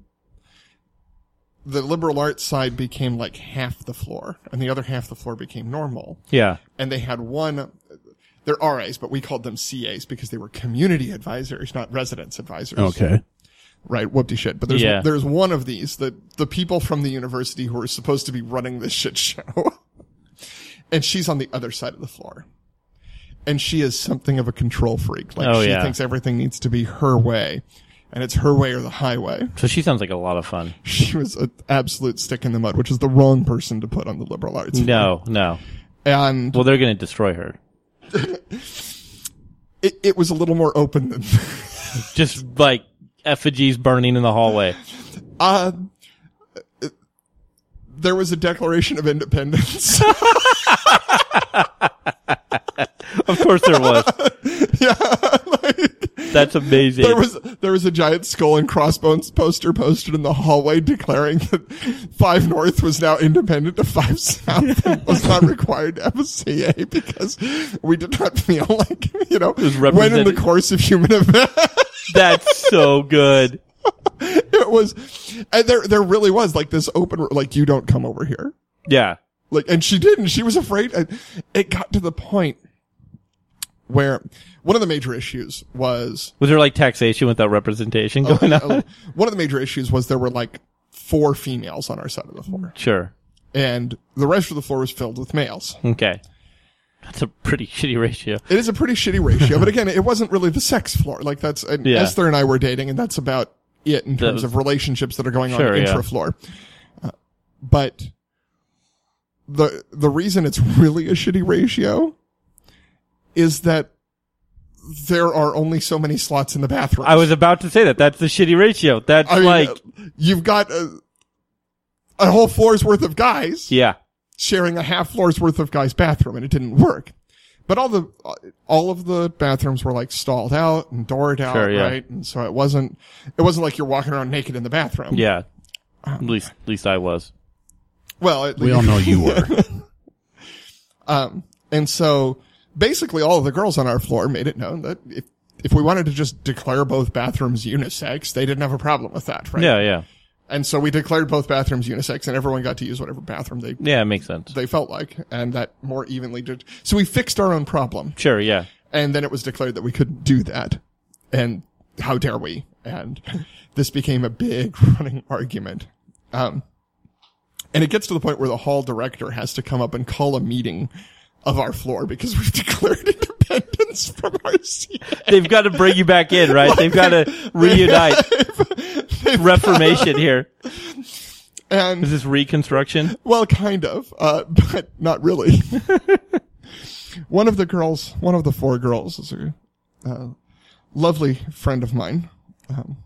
[SPEAKER 3] the liberal arts side became like half the floor, and the other half the floor became normal.
[SPEAKER 2] Yeah,
[SPEAKER 3] And they had one. They're RAs, but we called them CAs because they were community advisors, not residence advisors.
[SPEAKER 4] Okay.
[SPEAKER 3] Right. Whoopty shit. But there's,
[SPEAKER 2] Yeah.
[SPEAKER 3] there's one of these, the, the people from the university who are supposed to be running this shit show. and she's on the other side of the floor. And she is something of a control freak. Like
[SPEAKER 2] Oh,
[SPEAKER 3] she
[SPEAKER 2] yeah.
[SPEAKER 3] thinks everything needs to be her way. And it's her way or the highway.
[SPEAKER 2] so she sounds like a lot of fun.
[SPEAKER 3] She was an absolute stick in the mud, which is the wrong person to put on the liberal arts.
[SPEAKER 2] No, no.
[SPEAKER 3] And
[SPEAKER 2] Well, they're gonna destroy her.
[SPEAKER 3] it, it was a little more open than
[SPEAKER 2] Just like effigies burning in the hallway.
[SPEAKER 3] Uh, there was a Declaration of Independence.
[SPEAKER 2] Of course, there was.
[SPEAKER 3] yeah. like-
[SPEAKER 2] That's amazing.
[SPEAKER 3] There was there was a giant skull and crossbones poster posted in the hallway declaring that Five North was now independent of Five South and was not required to have a CA because we did not feel like you know when in the
[SPEAKER 2] represented-
[SPEAKER 3] course of human event
[SPEAKER 2] That's so good.
[SPEAKER 3] it was and there there really was like this open like you don't come over here
[SPEAKER 2] Yeah.
[SPEAKER 3] like and she didn't she was afraid and it got to the point where one of the major issues was
[SPEAKER 2] Was there like taxation without representation going on?
[SPEAKER 3] Uh, one of the major issues was there were like four females on our side of the floor,
[SPEAKER 2] Sure.
[SPEAKER 3] and the rest of the floor was filled with males.
[SPEAKER 2] Okay. That's a pretty shitty ratio.
[SPEAKER 3] It is a pretty shitty ratio, but again, it wasn't really the sex floor. Like that's and
[SPEAKER 2] Yeah.
[SPEAKER 3] Esther and I were dating, and that's about it in terms
[SPEAKER 2] was-
[SPEAKER 3] of relationships that are going
[SPEAKER 2] Sure,
[SPEAKER 3] on
[SPEAKER 2] yeah.
[SPEAKER 3] intra floor. but the the reason it's really a shitty ratio is that there are only so many slots in the bathroom.
[SPEAKER 2] I was about to say that. That's the shitty ratio. That's
[SPEAKER 3] I mean,
[SPEAKER 2] like,
[SPEAKER 3] uh, you've got a, a whole floor's worth of guys
[SPEAKER 2] yeah.
[SPEAKER 3] sharing a half floor's worth of guys' bathroom, and it didn't work. But all the all of the bathrooms were like stalled out and doored out,
[SPEAKER 2] Sure, yeah.
[SPEAKER 3] right? And so it wasn't it wasn't like you're walking around naked in the bathroom.
[SPEAKER 2] Yeah. At least, at least I was.
[SPEAKER 3] Well, at
[SPEAKER 4] We all
[SPEAKER 3] least-
[SPEAKER 4] know you were.
[SPEAKER 3] Um, and so basically, all of the girls on our floor made it known that if if we wanted to just declare both bathrooms unisex, they didn't have a problem with that, right?
[SPEAKER 2] Yeah, yeah.
[SPEAKER 3] And so we declared both bathrooms unisex, and everyone got to use whatever bathroom they
[SPEAKER 2] Yeah, it makes sense.
[SPEAKER 3] they felt like, and that more evenly did. So we fixed our own problem,
[SPEAKER 2] Sure, yeah.
[SPEAKER 3] and then it was declared that we couldn't do that, and how dare we? And this became a big running argument. Um, and it gets to the point where the hall director has to come up and call a meeting of our floor because we've declared independence from our seat.
[SPEAKER 2] They've got to bring you back in, right? They've got to reunite. Reformation here.
[SPEAKER 3] And
[SPEAKER 2] Is this reconstruction?
[SPEAKER 3] Well, kind of, uh, but not really. one of the girls, one of the four girls, is a uh, lovely friend of mine, um,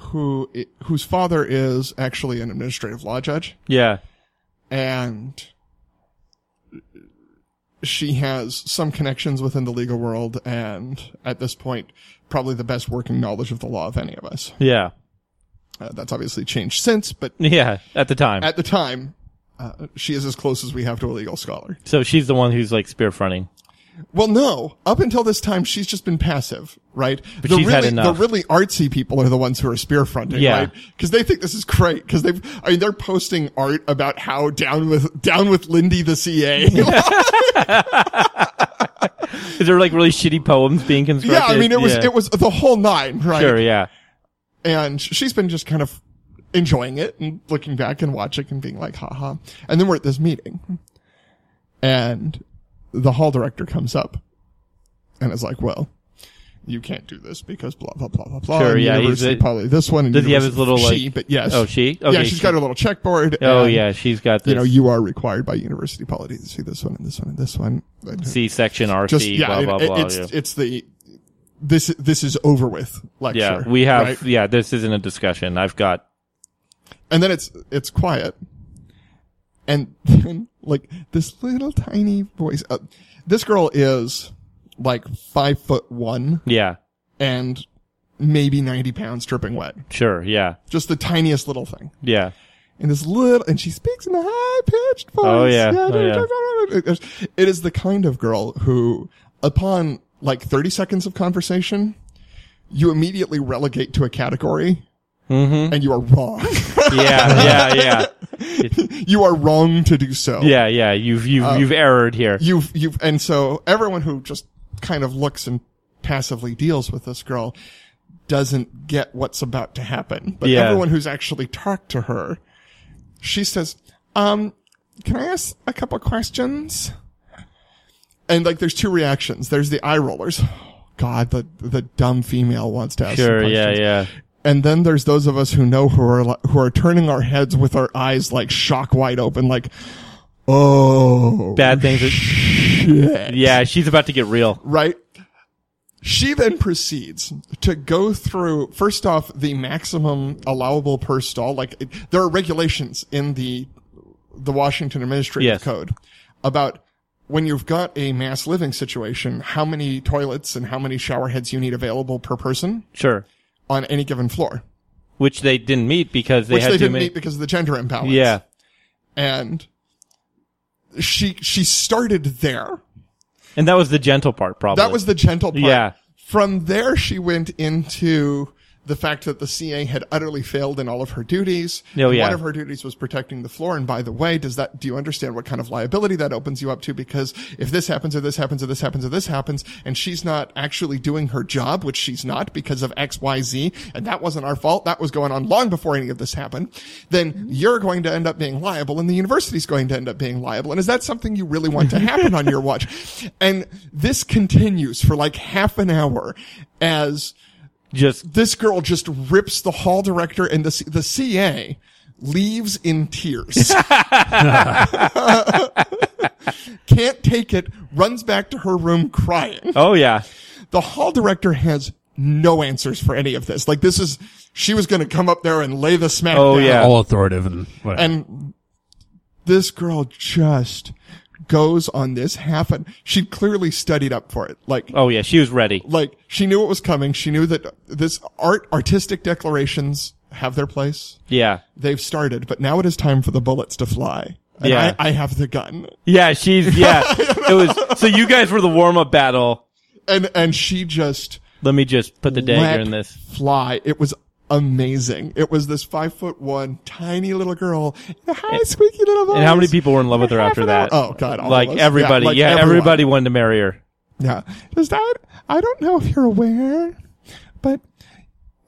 [SPEAKER 3] who i- whose father is actually an administrative law judge,
[SPEAKER 2] Yeah.
[SPEAKER 3] and she has some connections within the legal world, and at this point, probably the best working knowledge of the law of any of us.
[SPEAKER 2] Yeah.
[SPEAKER 3] Uh, that's obviously changed since, but
[SPEAKER 2] Yeah. At the time.
[SPEAKER 3] at the time, uh, she is as close as we have to a legal scholar.
[SPEAKER 2] so she's the one who's like spearfronting.
[SPEAKER 3] Well, no. Up until this time, she's just been passive, right? But the
[SPEAKER 2] she's
[SPEAKER 3] really,
[SPEAKER 2] had enough.
[SPEAKER 3] the really artsy people are the ones who are spear fronting,
[SPEAKER 2] Yeah.
[SPEAKER 3] right? Because they think this is great. Because they've, I mean, they're posting art about how down with down with Lindy the CA.
[SPEAKER 2] Is there like really shitty poems being constructed?
[SPEAKER 3] yeah, I mean, it was
[SPEAKER 2] Yeah.
[SPEAKER 3] it was the whole nine, right?
[SPEAKER 2] Sure. Yeah.
[SPEAKER 3] and she's been just kind of enjoying it and looking back and watching and being like, haha. And then we're at this meeting and the hall director comes up and is like, well, you can't do this because blah, blah, blah, blah, blah.
[SPEAKER 2] Sure,
[SPEAKER 3] and
[SPEAKER 2] yeah, he's
[SPEAKER 3] University
[SPEAKER 2] a-
[SPEAKER 3] probably this one. And
[SPEAKER 2] Does he have his
[SPEAKER 3] university-
[SPEAKER 2] little,
[SPEAKER 3] She,
[SPEAKER 2] like-
[SPEAKER 3] but yes.
[SPEAKER 2] Oh, she?
[SPEAKER 3] yeah,
[SPEAKER 2] Okay,
[SPEAKER 3] she's
[SPEAKER 2] she-
[SPEAKER 3] got her little checkboard.
[SPEAKER 2] Oh
[SPEAKER 3] and,
[SPEAKER 2] yeah. She's got this.
[SPEAKER 3] You know, you are required by university polity to see this one and this one and this one. And
[SPEAKER 2] C section RC.
[SPEAKER 3] Just, yeah,
[SPEAKER 2] blah
[SPEAKER 3] it-
[SPEAKER 2] blah
[SPEAKER 3] it-
[SPEAKER 2] blah.
[SPEAKER 3] it's,
[SPEAKER 2] yeah.
[SPEAKER 3] it's the, this, this is over with lecture.
[SPEAKER 2] Yeah, we have.
[SPEAKER 3] right?
[SPEAKER 2] Yeah, this isn't a discussion. I've got.
[SPEAKER 3] and then it's it's quiet and then like this little tiny voice uh, this girl is like five foot one
[SPEAKER 2] Yeah,
[SPEAKER 3] and maybe 90 pounds dripping wet
[SPEAKER 2] sure. Yeah,
[SPEAKER 3] just the tiniest little thing
[SPEAKER 2] yeah.
[SPEAKER 3] and this little and she speaks in a high-pitched voice
[SPEAKER 2] Oh, yeah. Oh,
[SPEAKER 3] yeah. it is the kind of girl who upon like 30 seconds of conversation you immediately relegate to a category
[SPEAKER 2] Mm-hmm.
[SPEAKER 3] and you are wrong
[SPEAKER 2] Yeah, yeah, yeah,
[SPEAKER 3] you are wrong to do so
[SPEAKER 2] yeah, yeah. You've you've
[SPEAKER 3] Uh,
[SPEAKER 2] you've errored here.
[SPEAKER 3] you've you've and so everyone who just kind of looks and passively deals with this girl doesn't get what's about to happen but
[SPEAKER 2] Yeah.
[SPEAKER 3] everyone who's actually talked to her she says um can i ask a couple questions and like there's two reactions there's the eye rollers god the the dumb female wants to ask some
[SPEAKER 2] sure. Yeah,
[SPEAKER 3] questions.
[SPEAKER 2] yeah.
[SPEAKER 3] and then there's those of us who know who are li- who are turning our heads with our eyes like shock wide open like oh
[SPEAKER 2] Bad things. Are, yeah, she's about to get real.
[SPEAKER 3] right? She then proceeds to go through, first off, the maximum allowable per stall. Like, it, there are regulations in the, the Washington Administrative
[SPEAKER 2] Yes.
[SPEAKER 3] Code about when you've got a mass living situation, how many toilets and how many shower heads you need available per person
[SPEAKER 2] Sure.
[SPEAKER 3] on any given floor.
[SPEAKER 2] Which they didn't meet because they
[SPEAKER 3] Which
[SPEAKER 2] had
[SPEAKER 3] they
[SPEAKER 2] too
[SPEAKER 3] didn't
[SPEAKER 2] many.
[SPEAKER 3] meet because of the gender imbalance.
[SPEAKER 2] yeah,
[SPEAKER 3] And she, she started there.
[SPEAKER 2] and that was the gentle part. Probably
[SPEAKER 3] That was the gentle part.
[SPEAKER 2] Yeah.
[SPEAKER 3] From there, she went into the fact that the CA had utterly failed in all of her duties.
[SPEAKER 2] Oh, yeah.
[SPEAKER 3] One of her duties was protecting the floor. And by the way, does that, do you understand what kind of liability that opens you up to? Because if this happens or this happens or this happens or this happens, and she's not actually doing her job, which she's not because of X, Y, Z, and that wasn't our fault. That was going on long before any of this happened. Then you're going to end up being liable and the university's going to end up being liable. And is that something you really want to happen on your watch? And this continues for like half an hour as
[SPEAKER 2] just
[SPEAKER 3] this girl just rips the hall director and the C- the CA leaves in tears. Can't take it, runs back to her room crying.
[SPEAKER 2] Oh yeah,
[SPEAKER 3] The hall director has no answers for any of this. Like this is she was going to come up there and lay the smack
[SPEAKER 2] Oh,
[SPEAKER 3] down.
[SPEAKER 2] yeah.
[SPEAKER 4] all authoritative and whatever.
[SPEAKER 3] And this girl just goes on this half and she clearly studied up for it. Like
[SPEAKER 2] oh yeah. She was ready.
[SPEAKER 3] like she knew what was coming. She knew that this art artistic declarations have their place.
[SPEAKER 2] Yeah,
[SPEAKER 3] They've started, but now it is time for the bullets to fly. And
[SPEAKER 2] Yeah.
[SPEAKER 3] I, I have the gun.
[SPEAKER 2] yeah. She's yeah. it was so you guys were the warm up battle.
[SPEAKER 3] And and she just
[SPEAKER 2] Let me just put the dagger
[SPEAKER 3] let
[SPEAKER 2] in this.
[SPEAKER 3] fly. It was amazing. It was this five foot one tiny little girl, the high squeaky little voice.
[SPEAKER 2] And how many people were in love with her after that?
[SPEAKER 3] Oh god, all
[SPEAKER 2] like
[SPEAKER 3] of us.
[SPEAKER 2] everybody. Yeah,
[SPEAKER 3] like everyone.
[SPEAKER 2] everybody wanted to marry her.
[SPEAKER 3] Yeah. Does that, I don't know if you're aware, but,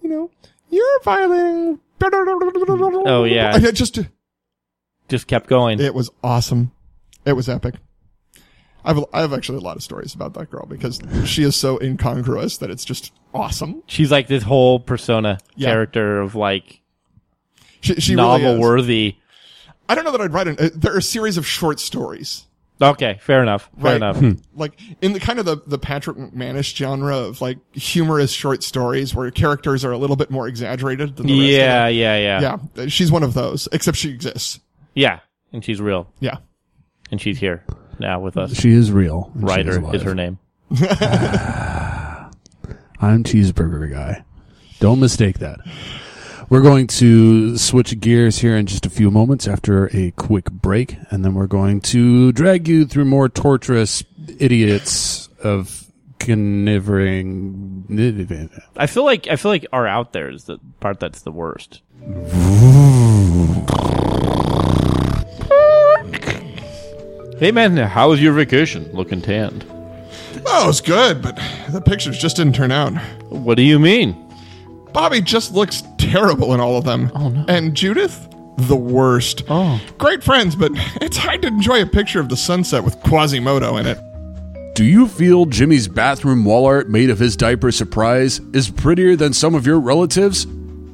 [SPEAKER 3] you know, you're violating. Oh,
[SPEAKER 2] yeah.
[SPEAKER 3] It just,
[SPEAKER 2] Just kept going.
[SPEAKER 3] it was awesome. It was epic. I have, I have actually a lot of stories about that girl because she is so incongruous that it's just awesome.
[SPEAKER 2] She's like this whole persona
[SPEAKER 3] Yeah.
[SPEAKER 2] character of like
[SPEAKER 3] She, she really
[SPEAKER 2] novel
[SPEAKER 3] is.
[SPEAKER 2] worthy.
[SPEAKER 3] I don't know that I'd write an. Uh, there are a series of short stories,
[SPEAKER 2] Okay, fair enough. Fair
[SPEAKER 3] right? Hmm.
[SPEAKER 2] enough.
[SPEAKER 3] Like in the kind of the the Patrick McManus genre of like humorous short stories where characters are a little bit more exaggerated than the rest. of
[SPEAKER 2] Yeah,
[SPEAKER 3] them.
[SPEAKER 2] yeah, yeah, yeah.
[SPEAKER 3] yeah. uh, She's one of those, except she exists.
[SPEAKER 2] And she's real.
[SPEAKER 3] Yeah.
[SPEAKER 2] And she's here now with us.
[SPEAKER 4] She is real. and she
[SPEAKER 2] Ryder
[SPEAKER 4] alive.
[SPEAKER 2] is her name.
[SPEAKER 4] I'm cheeseburger guy. Don't mistake that. We're going to switch gears here in just a few moments after a quick break, and then we're going to drag you through more torturous idiots of conniving.
[SPEAKER 2] I feel like I feel like are out there is the part that's the worst. Hey man, how was your vacation? Looking tanned.
[SPEAKER 3] Oh, it's good, but the pictures just didn't turn out.
[SPEAKER 2] What do you mean?
[SPEAKER 3] Bobby just looks terrible in all of them. Oh no. And Judith, the worst. Oh. Great friends, but it's hard to enjoy a picture of the sunset with Quasimodo in it.
[SPEAKER 1] Do you feel Jimmy's bathroom wall art made of his diaper surprise is prettier than some of your relatives?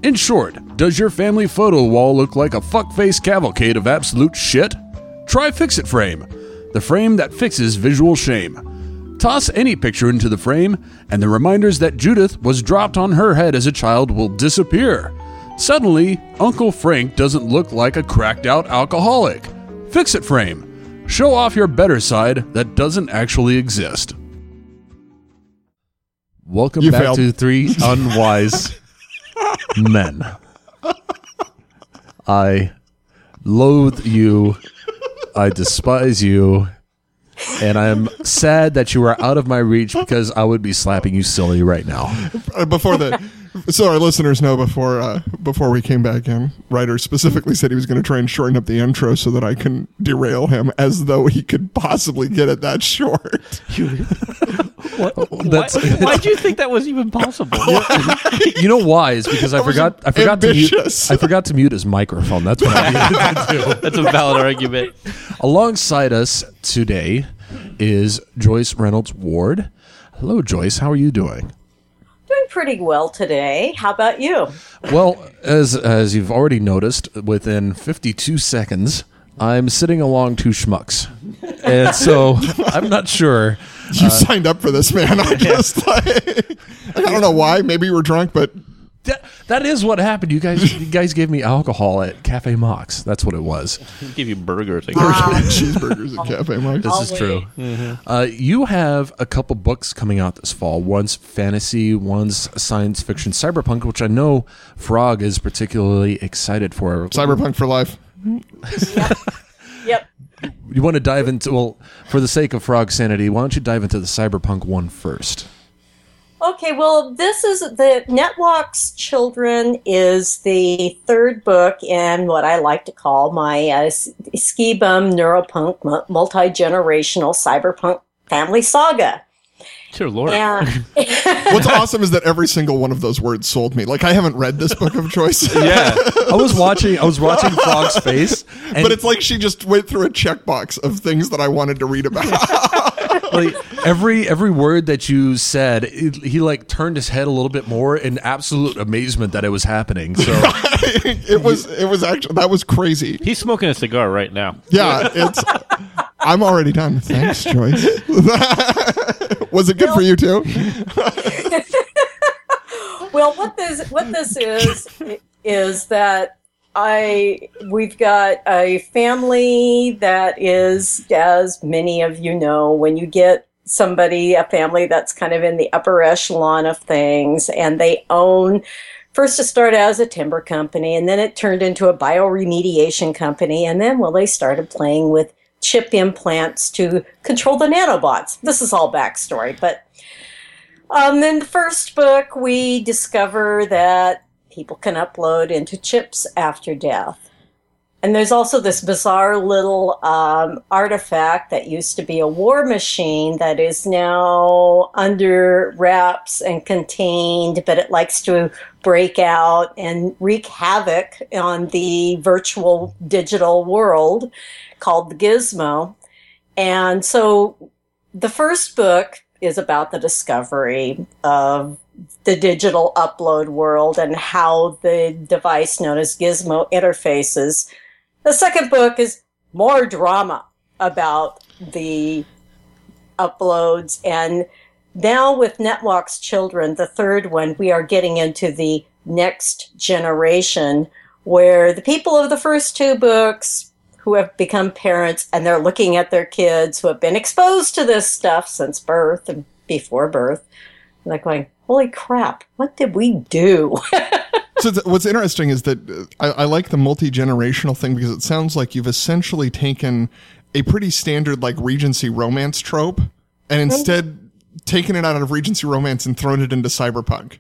[SPEAKER 1] In short, does your family photo wall look like a fuckface cavalcade of absolute shit? Try Fix It Frame, the frame that fixes visual shame. Toss any picture into the frame, and the reminders that Judith was dropped on her head as a child will disappear. Suddenly, Uncle Frank doesn't look like a cracked out alcoholic. Fix It Frame. Show off your better side that doesn't actually exist.
[SPEAKER 4] Welcome
[SPEAKER 3] You
[SPEAKER 4] back
[SPEAKER 3] failed.
[SPEAKER 4] to Three Unwise Men. I loathe you. I despise you. And I'm sad that you are out of my reach because I would be slapping you silly right now.
[SPEAKER 3] Uh, before the so our listeners know before uh, before we came back in writer specifically said he was going to try and shorten up the intro so that i can derail him as though he could possibly get it that short
[SPEAKER 4] That's
[SPEAKER 2] Why do you think that was even possible?
[SPEAKER 4] you know why is because I
[SPEAKER 3] was
[SPEAKER 4] forgot I forgot to
[SPEAKER 3] ambitious.
[SPEAKER 4] mute I forgot to mute his microphone. That's what I needed to do.
[SPEAKER 2] That's a valid argument.
[SPEAKER 4] Alongside us today is Joyce Reynolds Ward. Hello, Joyce. How are you doing?
[SPEAKER 6] Doing pretty well today. How about you?
[SPEAKER 4] Well, as as you've already noticed, within 52 seconds, I'm sitting along two schmucks, and so I'm not sure.
[SPEAKER 3] you signed up for this man i just like i don't know why maybe you were drunk but
[SPEAKER 4] That, that is what happened. You guys, you guys gave me alcohol at Cafe Mox. That's what it was.
[SPEAKER 2] Give you burgers. I
[SPEAKER 3] there's
[SPEAKER 2] guess.
[SPEAKER 3] cheeseburgers at cafe Mike's.
[SPEAKER 4] This is
[SPEAKER 6] Always.
[SPEAKER 4] true. Uh, you have a couple books coming out this fall. One's fantasy, one's science fiction, cyberpunk, which I know Frog is particularly excited for.
[SPEAKER 3] cyberpunk for life
[SPEAKER 6] Yep.
[SPEAKER 4] You want to dive into well, for the sake of Frog sanity, why don't you dive into the cyberpunk one first?
[SPEAKER 6] Okay, well, this is the Netwalk's Children is the third book in what I like to call my uh, s- ski bum neuropunk multi generational cyberpunk family saga.
[SPEAKER 2] Dear Lord.
[SPEAKER 6] And
[SPEAKER 3] what's awesome is that every single one of those words sold me like i haven't read this book of choice
[SPEAKER 2] Yeah.
[SPEAKER 4] I was watching. I was watching Frog's face, and
[SPEAKER 3] but it's like she just went through a checkbox of things that i wanted to read about
[SPEAKER 4] like every every word that you said, it, he like turned his head a little bit more in absolute amazement that it was happening. So
[SPEAKER 3] it was it was actually that was crazy.
[SPEAKER 2] He's smoking a cigar right now.
[SPEAKER 3] Yeah, it's. I'm already done. Thanks, Joyce. was it good for you too?
[SPEAKER 6] well, what this what this is is that I we've got a family that is, as many of you know, when you get somebody a family that's kind of in the upper echelon of things, and they own. First, to start as a timber company, and then it turned into a bioremediation company, and then, well, they started playing with chip implants to control the nanobots. This is all backstory, but um, in the first book, we discover that people can upload into chips after death. And there's also this bizarre little um, artifact that used to be a war machine that is now under wraps and contained, but it likes to break out and wreak havoc on the virtual digital world called the Gizmo. And so the first book is about the discovery of the digital upload world and how the device known as Gizmo interfaces. The second book is more drama about the uploads. And now with Netwalk's Children, the third one, we are getting into the next generation where the people of the first two books who have become parents and they're looking at their kids who have been exposed to this stuff since birth and before birth. And they're going, holy crap, what did we do?
[SPEAKER 3] so th- what's interesting is that uh, I, I like the multi generational thing because it sounds like you've essentially taken a pretty standard like Regency romance trope and instead taken it out of Regency romance and thrown it into cyberpunk.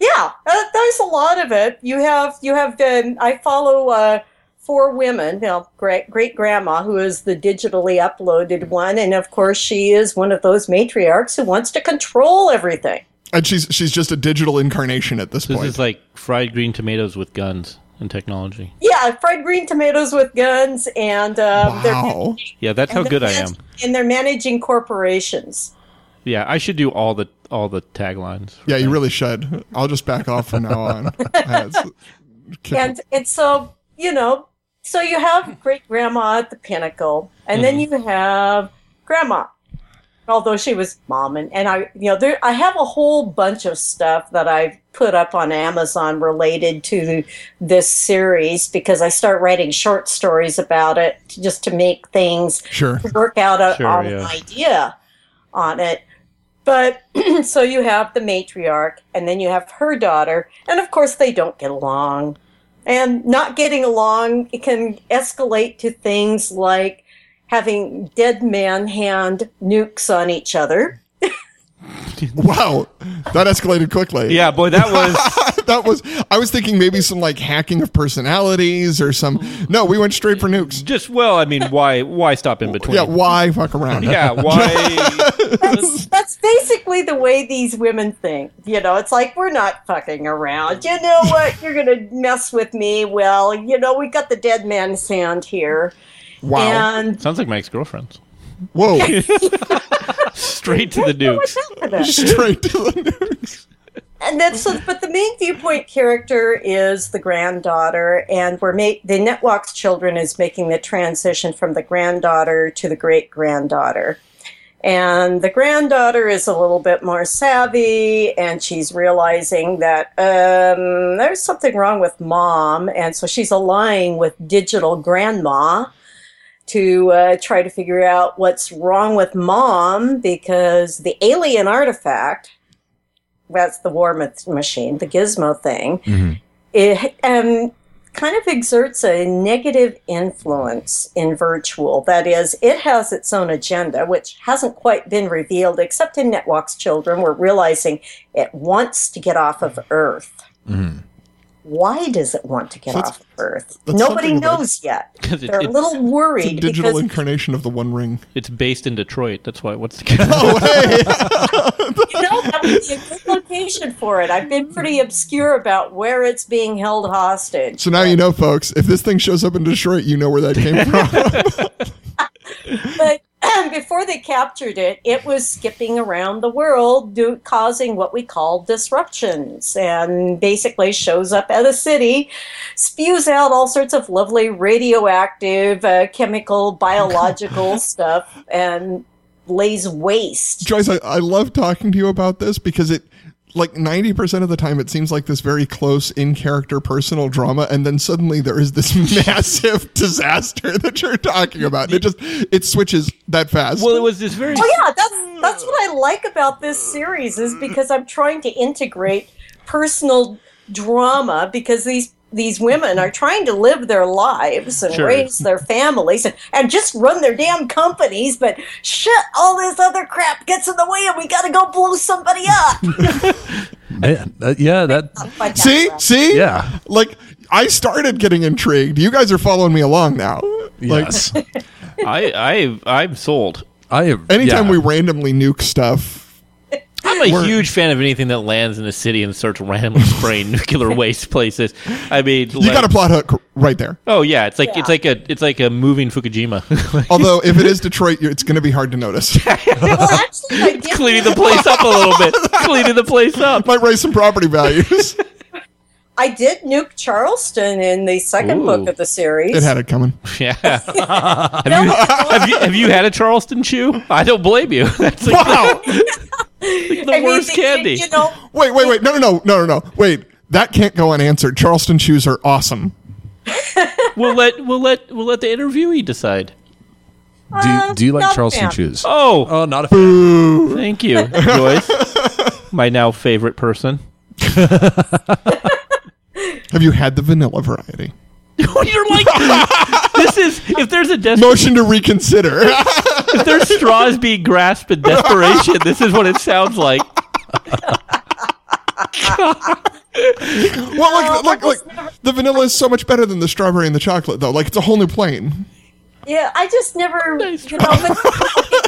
[SPEAKER 6] yeah, uh, there's a lot of it. You have, you have, um, I follow, uh, Four women, you know, great great grandma who is the digitally uploaded one, and of course she is one of those matriarchs who wants to control everything.
[SPEAKER 3] And she's she's just a digital incarnation at this
[SPEAKER 2] This
[SPEAKER 3] point.
[SPEAKER 2] is like fried green tomatoes with guns and technology.
[SPEAKER 6] Yeah, fried green tomatoes with guns, and um, they're
[SPEAKER 3] wow.
[SPEAKER 2] Yeah, that's how
[SPEAKER 6] they're
[SPEAKER 2] good I am.
[SPEAKER 6] manag- And they're managing corporations.
[SPEAKER 2] Yeah, I should do all the all the taglines.
[SPEAKER 3] Yeah, you really should. I'll just back off from now on. Uh, it's-
[SPEAKER 6] And and so you know, so you have great grandma at the pinnacle, and then you have grandma. Although she was mom, and, and I, you know, there I have a whole bunch of stuff that I've put up on Amazon related to this series because I start writing short stories about it just to make things
[SPEAKER 3] sure.
[SPEAKER 6] work out a,
[SPEAKER 2] Sure,
[SPEAKER 6] on an
[SPEAKER 2] yeah.
[SPEAKER 6] idea on it. But so you have the matriarch, and then you have her daughter, and of course they don't get along. And not getting along it can escalate to things like having dead man hand nukes on each other.
[SPEAKER 3] Wow. That escalated quickly.
[SPEAKER 2] Yeah, boy, that was
[SPEAKER 3] that was I was thinking maybe some like hacking of personalities or some No, we went straight for nukes.
[SPEAKER 2] just well. I mean, why why stop in between?
[SPEAKER 3] Yeah, why fuck around?
[SPEAKER 2] yeah, why?
[SPEAKER 6] That's, that's basically the way these women think. You know, it's like we're not fucking around. You know what? You're gonna mess with me. Well, you know, we got the dead man's hand here,
[SPEAKER 3] Wow.
[SPEAKER 6] and
[SPEAKER 2] Sounds like Mike's girlfriend's.
[SPEAKER 3] Whoa.
[SPEAKER 2] Straight to the nukes.
[SPEAKER 3] straight to the nukes.
[SPEAKER 6] and then so but the main viewpoint character is the granddaughter and we're make the netwalk's children is making the transition from the granddaughter to the great granddaughter and the granddaughter is a little bit more savvy and she's realizing that um, there's something wrong with mom and so she's allying with digital grandma to uh, try to figure out what's wrong with mom because the alien artifact that's the war ma- machine, the gizmo thing, it um, kind of exerts a negative influence in virtual. That is, it has its own agenda, which hasn't quite been revealed, except in Netwalk's Children. We're realizing it wants to get off of Earth. Why does it want to get
[SPEAKER 3] So it's-
[SPEAKER 6] off of Earth?
[SPEAKER 3] that's
[SPEAKER 6] Nobody
[SPEAKER 3] something about-
[SPEAKER 6] knows yet.
[SPEAKER 2] 'Cause it-
[SPEAKER 6] They're a
[SPEAKER 2] it's-
[SPEAKER 6] little worried
[SPEAKER 3] It's a digital
[SPEAKER 6] because
[SPEAKER 3] incarnation of the One Ring.
[SPEAKER 2] It's based in Detroit. That's why. What's the
[SPEAKER 3] Oh, hey.
[SPEAKER 6] you know, that would be a good location for it. I've been pretty obscure about where it's being held hostage.
[SPEAKER 3] So now you know, folks. If this thing shows up in Detroit, you know where that came from.
[SPEAKER 6] but before they captured it, it was skipping around the world, do, causing what we call disruptions, and basically shows up at a city, spews out all sorts of lovely radioactive, uh, chemical, biological stuff, and lays waste.
[SPEAKER 3] Joyce, I, I love talking to you about this because it, like ninety percent of the time, it seems like this very close in character personal drama, and then suddenly there is this massive disaster that you're talking about. And it just it switches that fast.
[SPEAKER 2] well, it was this very.
[SPEAKER 6] Oh yeah,
[SPEAKER 2] Hmm.
[SPEAKER 6] that's that's what I like about this series is because I'm trying to integrate personal drama because these these women are trying to live their lives and
[SPEAKER 2] Sure.
[SPEAKER 6] raise their families and, and just run their damn companies, but shit, all this other crap gets in the way and we gotta go blow somebody up.
[SPEAKER 4] Man, that- yeah, that
[SPEAKER 6] But
[SPEAKER 3] see,
[SPEAKER 6] that's-
[SPEAKER 3] see,
[SPEAKER 4] yeah,
[SPEAKER 3] Like I started getting intrigued. You guys are following me along now. Like
[SPEAKER 4] yes.
[SPEAKER 2] I I I'm sold.
[SPEAKER 4] I have,
[SPEAKER 3] anytime
[SPEAKER 4] yeah.
[SPEAKER 3] we randomly nuke stuff.
[SPEAKER 2] I'm a huge fan of anything that lands in a city and starts randomly spraying nuclear waste places. I mean,
[SPEAKER 3] You got a plot hook right there.
[SPEAKER 2] oh yeah, it's like
[SPEAKER 6] Yeah.
[SPEAKER 2] it's like a it's like a moving Fukushima, Like,
[SPEAKER 3] Although if it is Detroit, you're- it's going to be hard to notice.
[SPEAKER 6] well, actually, I did
[SPEAKER 2] cleaning the place up a little bit, cleaning the place up.
[SPEAKER 3] Might raise some property values.
[SPEAKER 6] I did nuke Charleston in the second
[SPEAKER 2] Ooh.
[SPEAKER 6] book of the series.
[SPEAKER 3] it had it coming.
[SPEAKER 2] Yeah. have, you, have you have you had a Charleston chew? I don't blame you. That's like
[SPEAKER 3] Wow.
[SPEAKER 2] the
[SPEAKER 6] I mean,
[SPEAKER 2] worst
[SPEAKER 6] they- they-
[SPEAKER 2] candy.
[SPEAKER 6] You know,
[SPEAKER 3] Wait, wait, wait. No, no, no, no, no, no. Wait, that can't go unanswered. Charleston shoes are awesome.
[SPEAKER 2] We'll let we'll let we'll let the interviewee decide.
[SPEAKER 1] Do
[SPEAKER 6] Uh,
[SPEAKER 1] you, do you like
[SPEAKER 6] not a
[SPEAKER 1] Charleston
[SPEAKER 6] fan.
[SPEAKER 1] shoes?
[SPEAKER 7] Uh,
[SPEAKER 2] Oh,
[SPEAKER 1] Oh, not a fan.
[SPEAKER 2] thank you, Joyce, my now favorite person.
[SPEAKER 3] Have you had the vanilla variety?
[SPEAKER 2] You're like this is if there's a des-
[SPEAKER 3] Motion to reconsider.
[SPEAKER 2] if there's straws being grasped in desperation. This is what it sounds like.
[SPEAKER 3] well, like, like, like, the vanilla is so much better than the strawberry and the chocolate, though. Like, it's a whole new plane.
[SPEAKER 6] yeah, I just never.
[SPEAKER 2] Nice
[SPEAKER 6] you know, but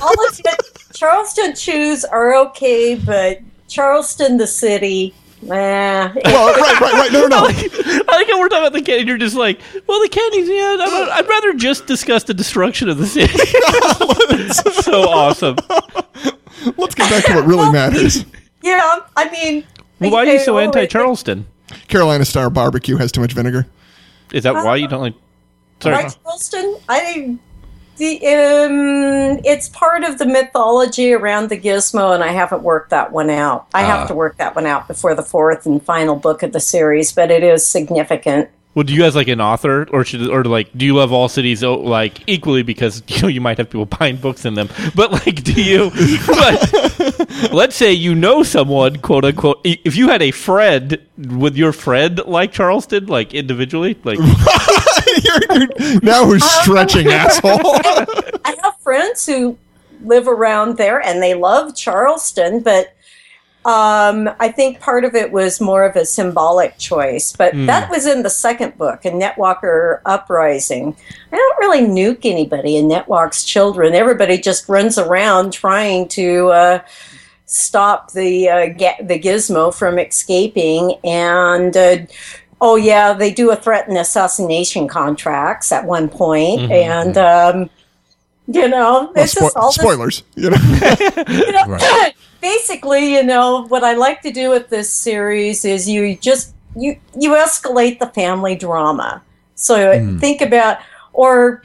[SPEAKER 6] all of it, Charleston shoes are okay, but Charleston, the city, nah.
[SPEAKER 3] Well, right, right, right. No, no, no.
[SPEAKER 2] I like how we're talking about the candy. You're just like, well, the candies. Yeah, I'm, I'd rather just discuss the destruction of the city. so awesome.
[SPEAKER 3] Let's get back to what really matters.
[SPEAKER 6] yeah, I mean.
[SPEAKER 2] Well, why are you so
[SPEAKER 6] I- I-
[SPEAKER 2] anti Charleston?
[SPEAKER 3] Carolina Star barbecue has too much vinegar.
[SPEAKER 2] Is that why you don't like? Sorry.
[SPEAKER 6] Like Charleston, I the um, it's part of the mythology around the gizmo, and I haven't worked that one out. I
[SPEAKER 2] Ah.
[SPEAKER 6] have to work that one out before the fourth and final book of the series, but it is significant.
[SPEAKER 2] Well, do you guys like an author, or should, or like, do you love all cities oh, like equally? Because you know you might have people buying books in them. But like, do you? but let's say you know someone, quote unquote. i- If you had a friend, would your friend like Charleston, like individually, like
[SPEAKER 3] You're- you're- now we're
[SPEAKER 6] Um,
[SPEAKER 3] stretching, asshole.
[SPEAKER 6] I have friends who live around there, and they love Charleston, but. Um, I think part of it was more of a symbolic choice, but that was in the second book, in Netwalker Uprising. I don't really nuke anybody in Netwalk's children. Everybody just runs around trying to uh, stop the uh, get the gizmo from escaping. And uh, oh yeah, they do a threat and assassination contracts at one point, and um, you know,
[SPEAKER 3] Well,
[SPEAKER 6] it's just all
[SPEAKER 3] spo-
[SPEAKER 6] this-
[SPEAKER 3] spoilers. You know?
[SPEAKER 6] basically, you know, what I like to do with this series is you just you you escalate the family drama. So think about or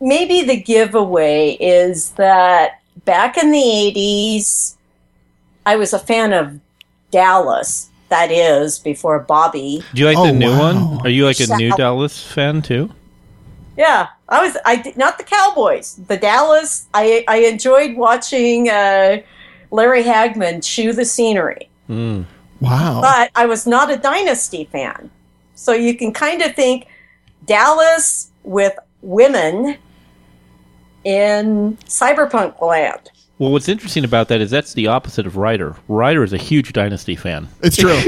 [SPEAKER 6] maybe the giveaway is that back in the 80s I was a fan of Dallas. That is before Bobby.
[SPEAKER 2] do you like
[SPEAKER 3] Oh,
[SPEAKER 2] the new
[SPEAKER 3] wow.
[SPEAKER 2] one? Are you like a
[SPEAKER 6] Shout
[SPEAKER 2] new
[SPEAKER 6] out.
[SPEAKER 2] Dallas fan too?
[SPEAKER 6] Yeah, I was I did- not the Cowboys, the Dallas. I I enjoyed watching uh, Larry Hagman chew the scenery.
[SPEAKER 3] Wow.
[SPEAKER 6] but I was not a Dynasty fan. So you can kind of think Dallas with women in cyberpunk land.
[SPEAKER 2] Well, what's interesting about that is that's the opposite of Ryder. Ryder is a huge Dynasty fan.
[SPEAKER 3] It's true.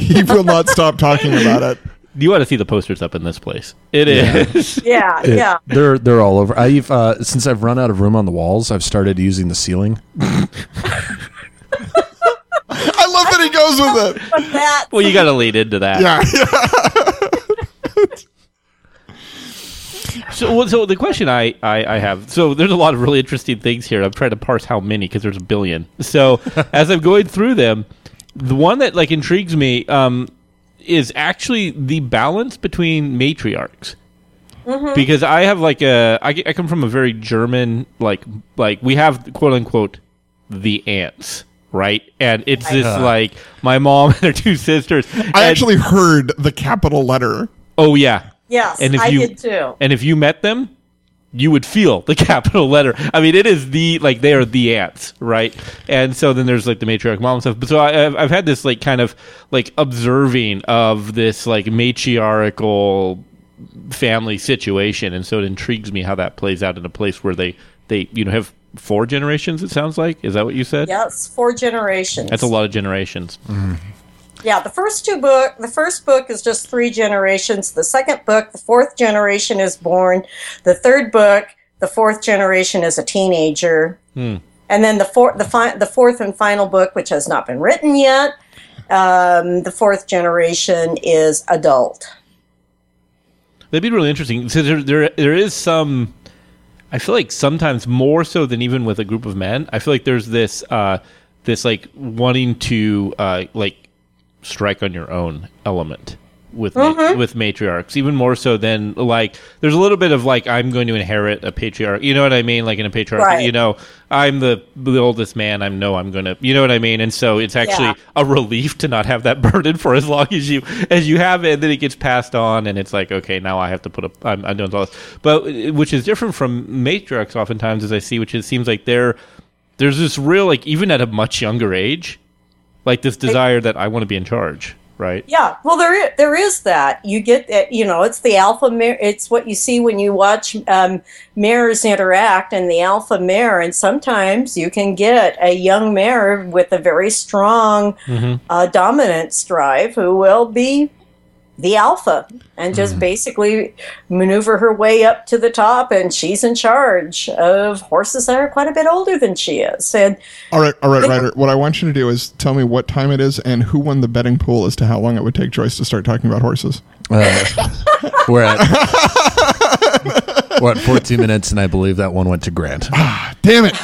[SPEAKER 3] He will not stop talking about it.
[SPEAKER 2] You ought to see the posters up in this place. It is.
[SPEAKER 6] Yeah, yeah.
[SPEAKER 7] They're they're all over. I've uh, since I've run out of room on the walls, I've started using the ceiling.
[SPEAKER 3] I love that he goes with it.
[SPEAKER 6] But that
[SPEAKER 2] well, you got to lead into that.
[SPEAKER 3] Yeah.
[SPEAKER 2] So, well, so the question I, I, I have so there's a lot of really interesting things here. I'm trying to parse how many because there's a billion. So as I'm going through them, the one that like intrigues me um, is actually the balance between matriarchs. Because I have like a I, I come from a very German like like we have quote unquote the ants right and it's this like my mom and her two sisters
[SPEAKER 3] Uh-huh. I
[SPEAKER 2] and-
[SPEAKER 3] actually heard the capital letter.
[SPEAKER 2] oh yeah
[SPEAKER 6] yes,
[SPEAKER 2] and if
[SPEAKER 6] I
[SPEAKER 2] you-
[SPEAKER 6] did too.
[SPEAKER 2] and if you met them, you would feel the capital letter. I mean, it is the like they are the ants, right? And so then there's like the matriarch mom and stuff. But so I, I've, I've had this like kind of like observing of this like matriarchal family situation, and so it intrigues me how that plays out in a place where they they you know have four generations. It sounds like is that what you said?
[SPEAKER 6] Yes, four generations.
[SPEAKER 2] That's a lot of generations.
[SPEAKER 6] Yeah, the first two book, the first book is just three generations. The second book, the fourth generation is born. The third book, the fourth generation is a teenager. And then the fourth, the, fi- the fourth and final book, which has not been written yet, um, the fourth generation is adult.
[SPEAKER 2] That'd be really interesting. So there, there, there is some. I feel like sometimes more so than even with a group of men. I feel like there's this, uh, this like wanting to uh, like strike on your own element with ma- with matriarchs, even more so than like there's a little bit of like I'm going to inherit a patriarch. You know what I mean? Like in a patriarch,
[SPEAKER 6] Right.
[SPEAKER 2] you know, "Oh, I'm the the oldest man. I know I'm going to. You know what I mean? And so it's actually
[SPEAKER 6] Yeah.
[SPEAKER 2] a relief to not have that burden for as long as you as you have it. And then it gets passed on, and it's like, okay, now I have to put up. I'm, I'm doing all this, but uh, which is different from matriarchs oftentimes, as I see, which it seems like they're there's this real like even at a much younger age, like this desire that I want to be in charge, right?
[SPEAKER 6] Yeah, well, there i- there is that. You get that. You know, it's the alpha mare. It's what you see when you watch um, mares interact and the alpha mare. And sometimes you can get a young mare with a very strong uh, dominance drive who will be the alpha and just basically maneuver her way up to the top. And she's in charge of horses that are quite a bit older than she is. And
[SPEAKER 3] All right, all right, Ryder. What I want you to do is tell me what time it is and who won the betting pool as to how long it would take Joyce to start talking about horses.
[SPEAKER 7] uh, We're at we're at 14 minutes, and I believe that one went to Grant.
[SPEAKER 3] Damn it!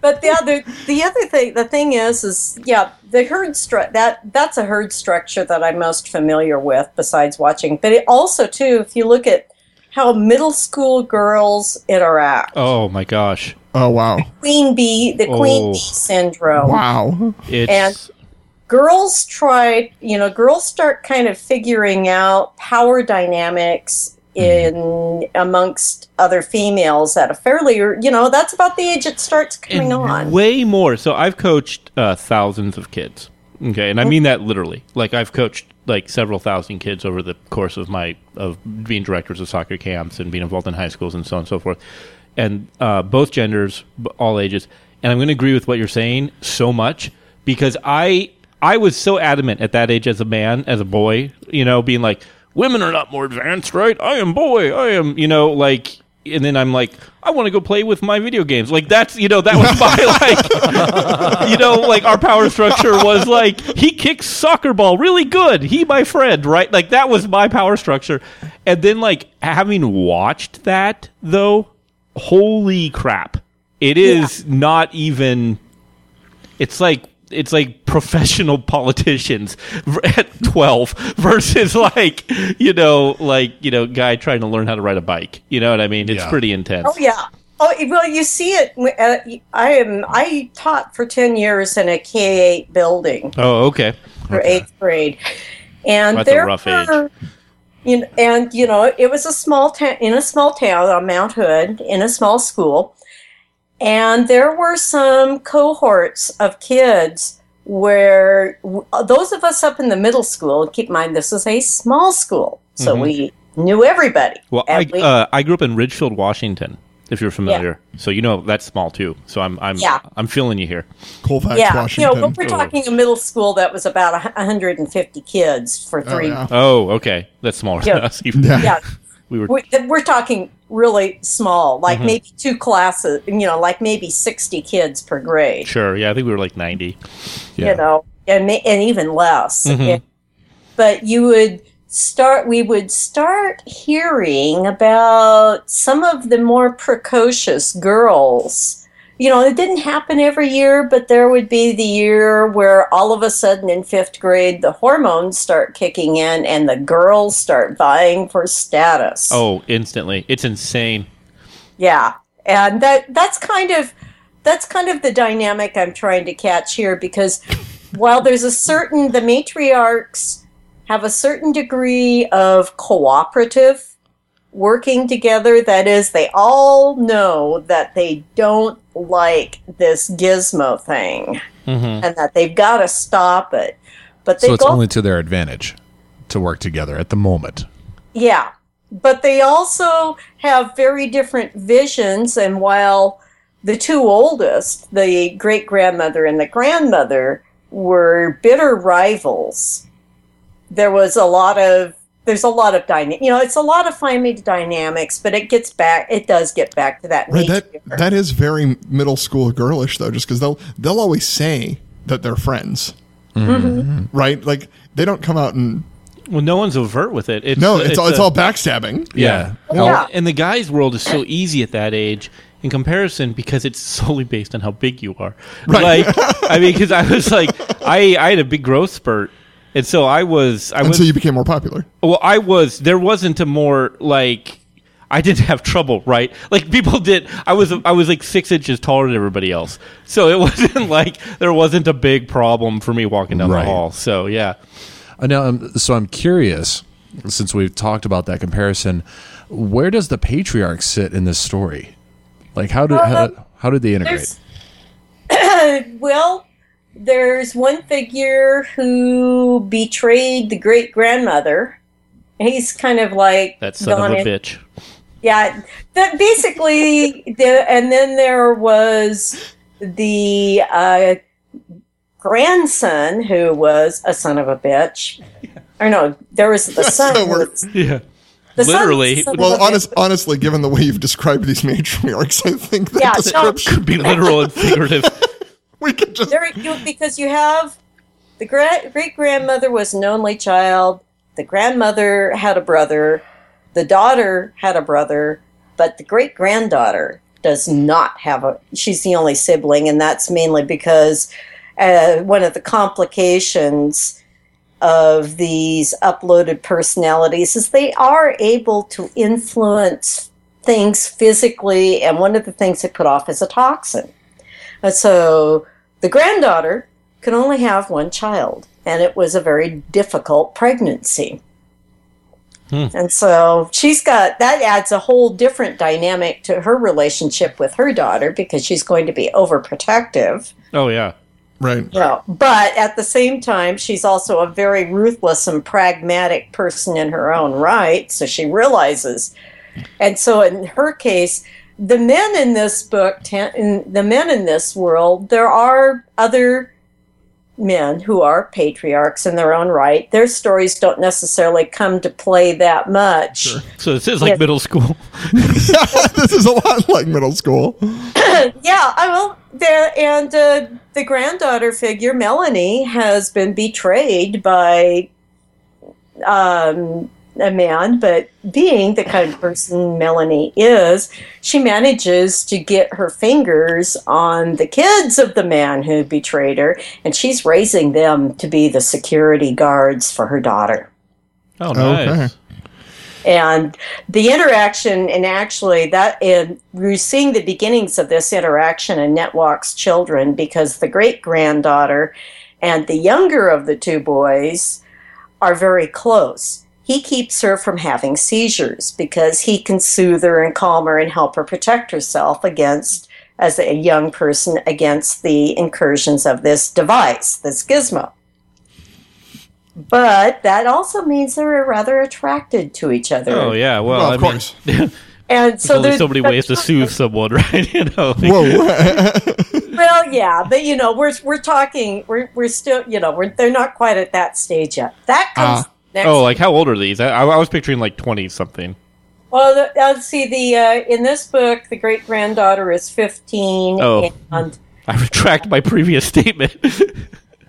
[SPEAKER 6] But the other, the other thing, the thing is, is yeah, the herd stru- that that's a herd structure that I'm most familiar with, besides watching. But it also too, if you look at how middle school girls interact,
[SPEAKER 2] Oh my gosh,
[SPEAKER 3] Oh wow,
[SPEAKER 6] queen bee, the
[SPEAKER 2] Oh.
[SPEAKER 6] queen bee syndrome.
[SPEAKER 3] wow.
[SPEAKER 2] it's
[SPEAKER 6] And- Girls try, you know, girls start kind of figuring out power dynamics in amongst other females at a fairly, you know, that's about the age it starts
[SPEAKER 2] and
[SPEAKER 6] coming on.
[SPEAKER 2] Way more. So I've coached uh, thousands of kids. Okay, and I mean that literally. Like I've coached like several thousand kids over the course of my of being directors of soccer camps and being involved in high schools and so on and so forth, and uh, both genders, b- all ages. And I'm going to agree with what you're saying so much because I I was so adamant at that age as a man, as a boy, you know, being like, women are not more advanced, right? I am boy. I am, you know, like, and then I'm like, I want to go play with my video games. Like, that's, you know, that was my, like, you know, like our power structure was like, he kicks soccer ball really good. He, my friend, right? Like, that was my power structure. And then, like, having watched that, though, holy crap. It is not even it's like it's like professional politicians at 12 versus like you know like you know guy trying to learn how to ride a bike you know what i mean it's
[SPEAKER 7] Yeah.
[SPEAKER 2] pretty intense
[SPEAKER 6] Oh yeah. Oh well, you see it. Uh, I am. I taught for ten years in a K eight building
[SPEAKER 2] oh okay
[SPEAKER 6] for eighth grade, and
[SPEAKER 2] That's a
[SPEAKER 6] there
[SPEAKER 2] rough age.
[SPEAKER 6] were, you know, and you know, it was a small town in a small town on Mount Hood in a small school, and there were some cohorts of kids where w- those of us up in the middle school. Keep in mind, this is a small school, so we knew everybody.
[SPEAKER 2] Mm-hmm. well
[SPEAKER 6] And
[SPEAKER 2] I,
[SPEAKER 6] we-
[SPEAKER 2] uh, I grew up in ridgefield washington if you're familiar so you know that's small too so i'm i'm
[SPEAKER 6] Yeah.
[SPEAKER 2] i'm feeling you here
[SPEAKER 3] Colfax,
[SPEAKER 6] yeah,
[SPEAKER 3] Washington.
[SPEAKER 6] you know, but we're talking a middle school that was about a hu- 150 kids for three.
[SPEAKER 3] yeah.
[SPEAKER 2] oh okay that's smaller
[SPEAKER 6] Yeah.
[SPEAKER 2] than us even.
[SPEAKER 3] Yeah.
[SPEAKER 6] yeah,
[SPEAKER 2] we were
[SPEAKER 6] we're, we're talking really small, like maybe two classes. You know, like maybe 60 kids per grade.
[SPEAKER 2] sure yeah i think we were like 90
[SPEAKER 7] Yeah.
[SPEAKER 6] You know, and ma- and even less. And- but you would start. We would start hearing about some of the more precocious girls. you know, it didn't happen every year, but there would be the year where all of a sudden in fifth grade, the hormones start kicking in and the girls start vying for status.
[SPEAKER 2] oh instantly it's insane
[SPEAKER 6] Yeah. And that that's kind of that's kind of the dynamic I'm trying to catch here because while there's a certain the matriarchs have a certain degree of cooperative working together that is they all know that they don't like this gizmo thing and that they've got to stop it but they
[SPEAKER 7] Mm-hmm. So it's
[SPEAKER 6] go
[SPEAKER 7] only to their advantage to work together at the moment.
[SPEAKER 6] yeah. But they also have very different visions. And while the two oldest, the great grandmother and the grandmother, were bitter rivals, there was a lot of there's a lot of dyna- you know it's a lot of family dynamics but it gets back it does get back to that
[SPEAKER 3] Right,
[SPEAKER 6] nature.
[SPEAKER 3] that that is very middle school girlish though, just because they'll they'll always say that they're friends,
[SPEAKER 6] Mm-hmm.
[SPEAKER 3] right? Like they don't come out and
[SPEAKER 2] Well, no one's overt with it. It's,
[SPEAKER 3] no, it's, all it's
[SPEAKER 2] a-
[SPEAKER 3] all backstabbing.
[SPEAKER 7] Yeah.
[SPEAKER 6] yeah.
[SPEAKER 2] And the guy's world is so easy at that age in comparison because it's solely based on how big you are. Like,
[SPEAKER 3] Right.
[SPEAKER 2] I mean, because I was like, I, I had a big growth spurt. And so I was, I Oh, was,
[SPEAKER 3] Until you became more popular.
[SPEAKER 2] well, I was, there wasn't a more like, I didn't have trouble, right? Like people did. I was, I was like six inches taller than everybody else, so it wasn't like there wasn't a big problem for me walking down
[SPEAKER 7] Right.
[SPEAKER 2] the hall. So yeah,
[SPEAKER 7] I know. I'm, Uh, um, so I'm curious, since we've talked about that comparison, where does the patriarch sit in this story? Like, how do how, how did they integrate?
[SPEAKER 6] there's well there's one figure who betrayed the great grandmother he's kind of like
[SPEAKER 2] that son
[SPEAKER 6] gone
[SPEAKER 2] of a
[SPEAKER 6] in-
[SPEAKER 2] bitch.
[SPEAKER 6] yeah that basically the and then there was the uh grandson who was a son of a bitch or no there was the son
[SPEAKER 3] the
[SPEAKER 6] who
[SPEAKER 3] word.
[SPEAKER 6] was-
[SPEAKER 2] Yeah.
[SPEAKER 6] the son was
[SPEAKER 2] Literally.
[SPEAKER 6] a son of
[SPEAKER 3] Well,
[SPEAKER 6] a bitch.
[SPEAKER 3] honest, honestly, given the way you've described these matriarchs, I think that
[SPEAKER 6] Yeah, no.
[SPEAKER 3] description
[SPEAKER 2] Be literal and figurative.
[SPEAKER 3] we could just
[SPEAKER 6] There, you, because you have the gra- great grandmother was an only child. The grandmother had a brother. The daughter had a brother, but the great granddaughter does not have a. She's the only sibling, and that's mainly because uh, one of the complications of these uploaded personalities is they are able to influence things physically, and one of the things they put off is a toxin. And so the granddaughter could only have one child, and it was a very difficult pregnancy. And so she's got that adds a whole different dynamic to her relationship with her daughter because she's going to be overprotective.
[SPEAKER 2] Oh yeah.
[SPEAKER 3] right.
[SPEAKER 6] Well, but at the same time, she's also a very ruthless and pragmatic person in her own right. So she realizes, and so in her case, the men in this book, ten, in the men in this world, there are other men who are patriarchs in their own right. Their stories don't necessarily come to play that much.
[SPEAKER 2] So this is like
[SPEAKER 6] Yeah.
[SPEAKER 2] middle school.
[SPEAKER 3] this is a lot like middle school.
[SPEAKER 6] yeah, I will. There and uh, the granddaughter figure, Melanie, has been betrayed by um, a man. But being the kind of person Melanie is, she manages to get her fingers on the kids of the man who betrayed her, and she's raising them to be the security guards for her daughter
[SPEAKER 2] Oh nice.
[SPEAKER 6] and the interaction and actually that and we're seeing the beginnings of this interaction in netwalk's children because the great granddaughter and the younger of the two boys are very close he keeps her from having seizures because he can soothe her and calm her and help her protect herself against as a young person against the incursions of this device this gizmo but that also means they're rather attracted to each other
[SPEAKER 2] Oh yeah. Well,
[SPEAKER 3] Well,
[SPEAKER 2] I
[SPEAKER 3] of
[SPEAKER 2] mean,
[SPEAKER 3] course.
[SPEAKER 6] and so
[SPEAKER 2] only
[SPEAKER 6] there's
[SPEAKER 2] so many ways to soothe someone, right? you know. like-
[SPEAKER 3] Whoa.
[SPEAKER 6] Well, yeah, but you know, we're we're talking, we're we're still, you know, we're they're not quite at that stage yet. That comes next.
[SPEAKER 2] Oh, like how old are these? I, I, I was picturing like twenty something.
[SPEAKER 6] well, the, let's see. The uh, in this book, the great granddaughter is fifteen,
[SPEAKER 2] Oh.
[SPEAKER 6] and
[SPEAKER 2] I retract my previous statement.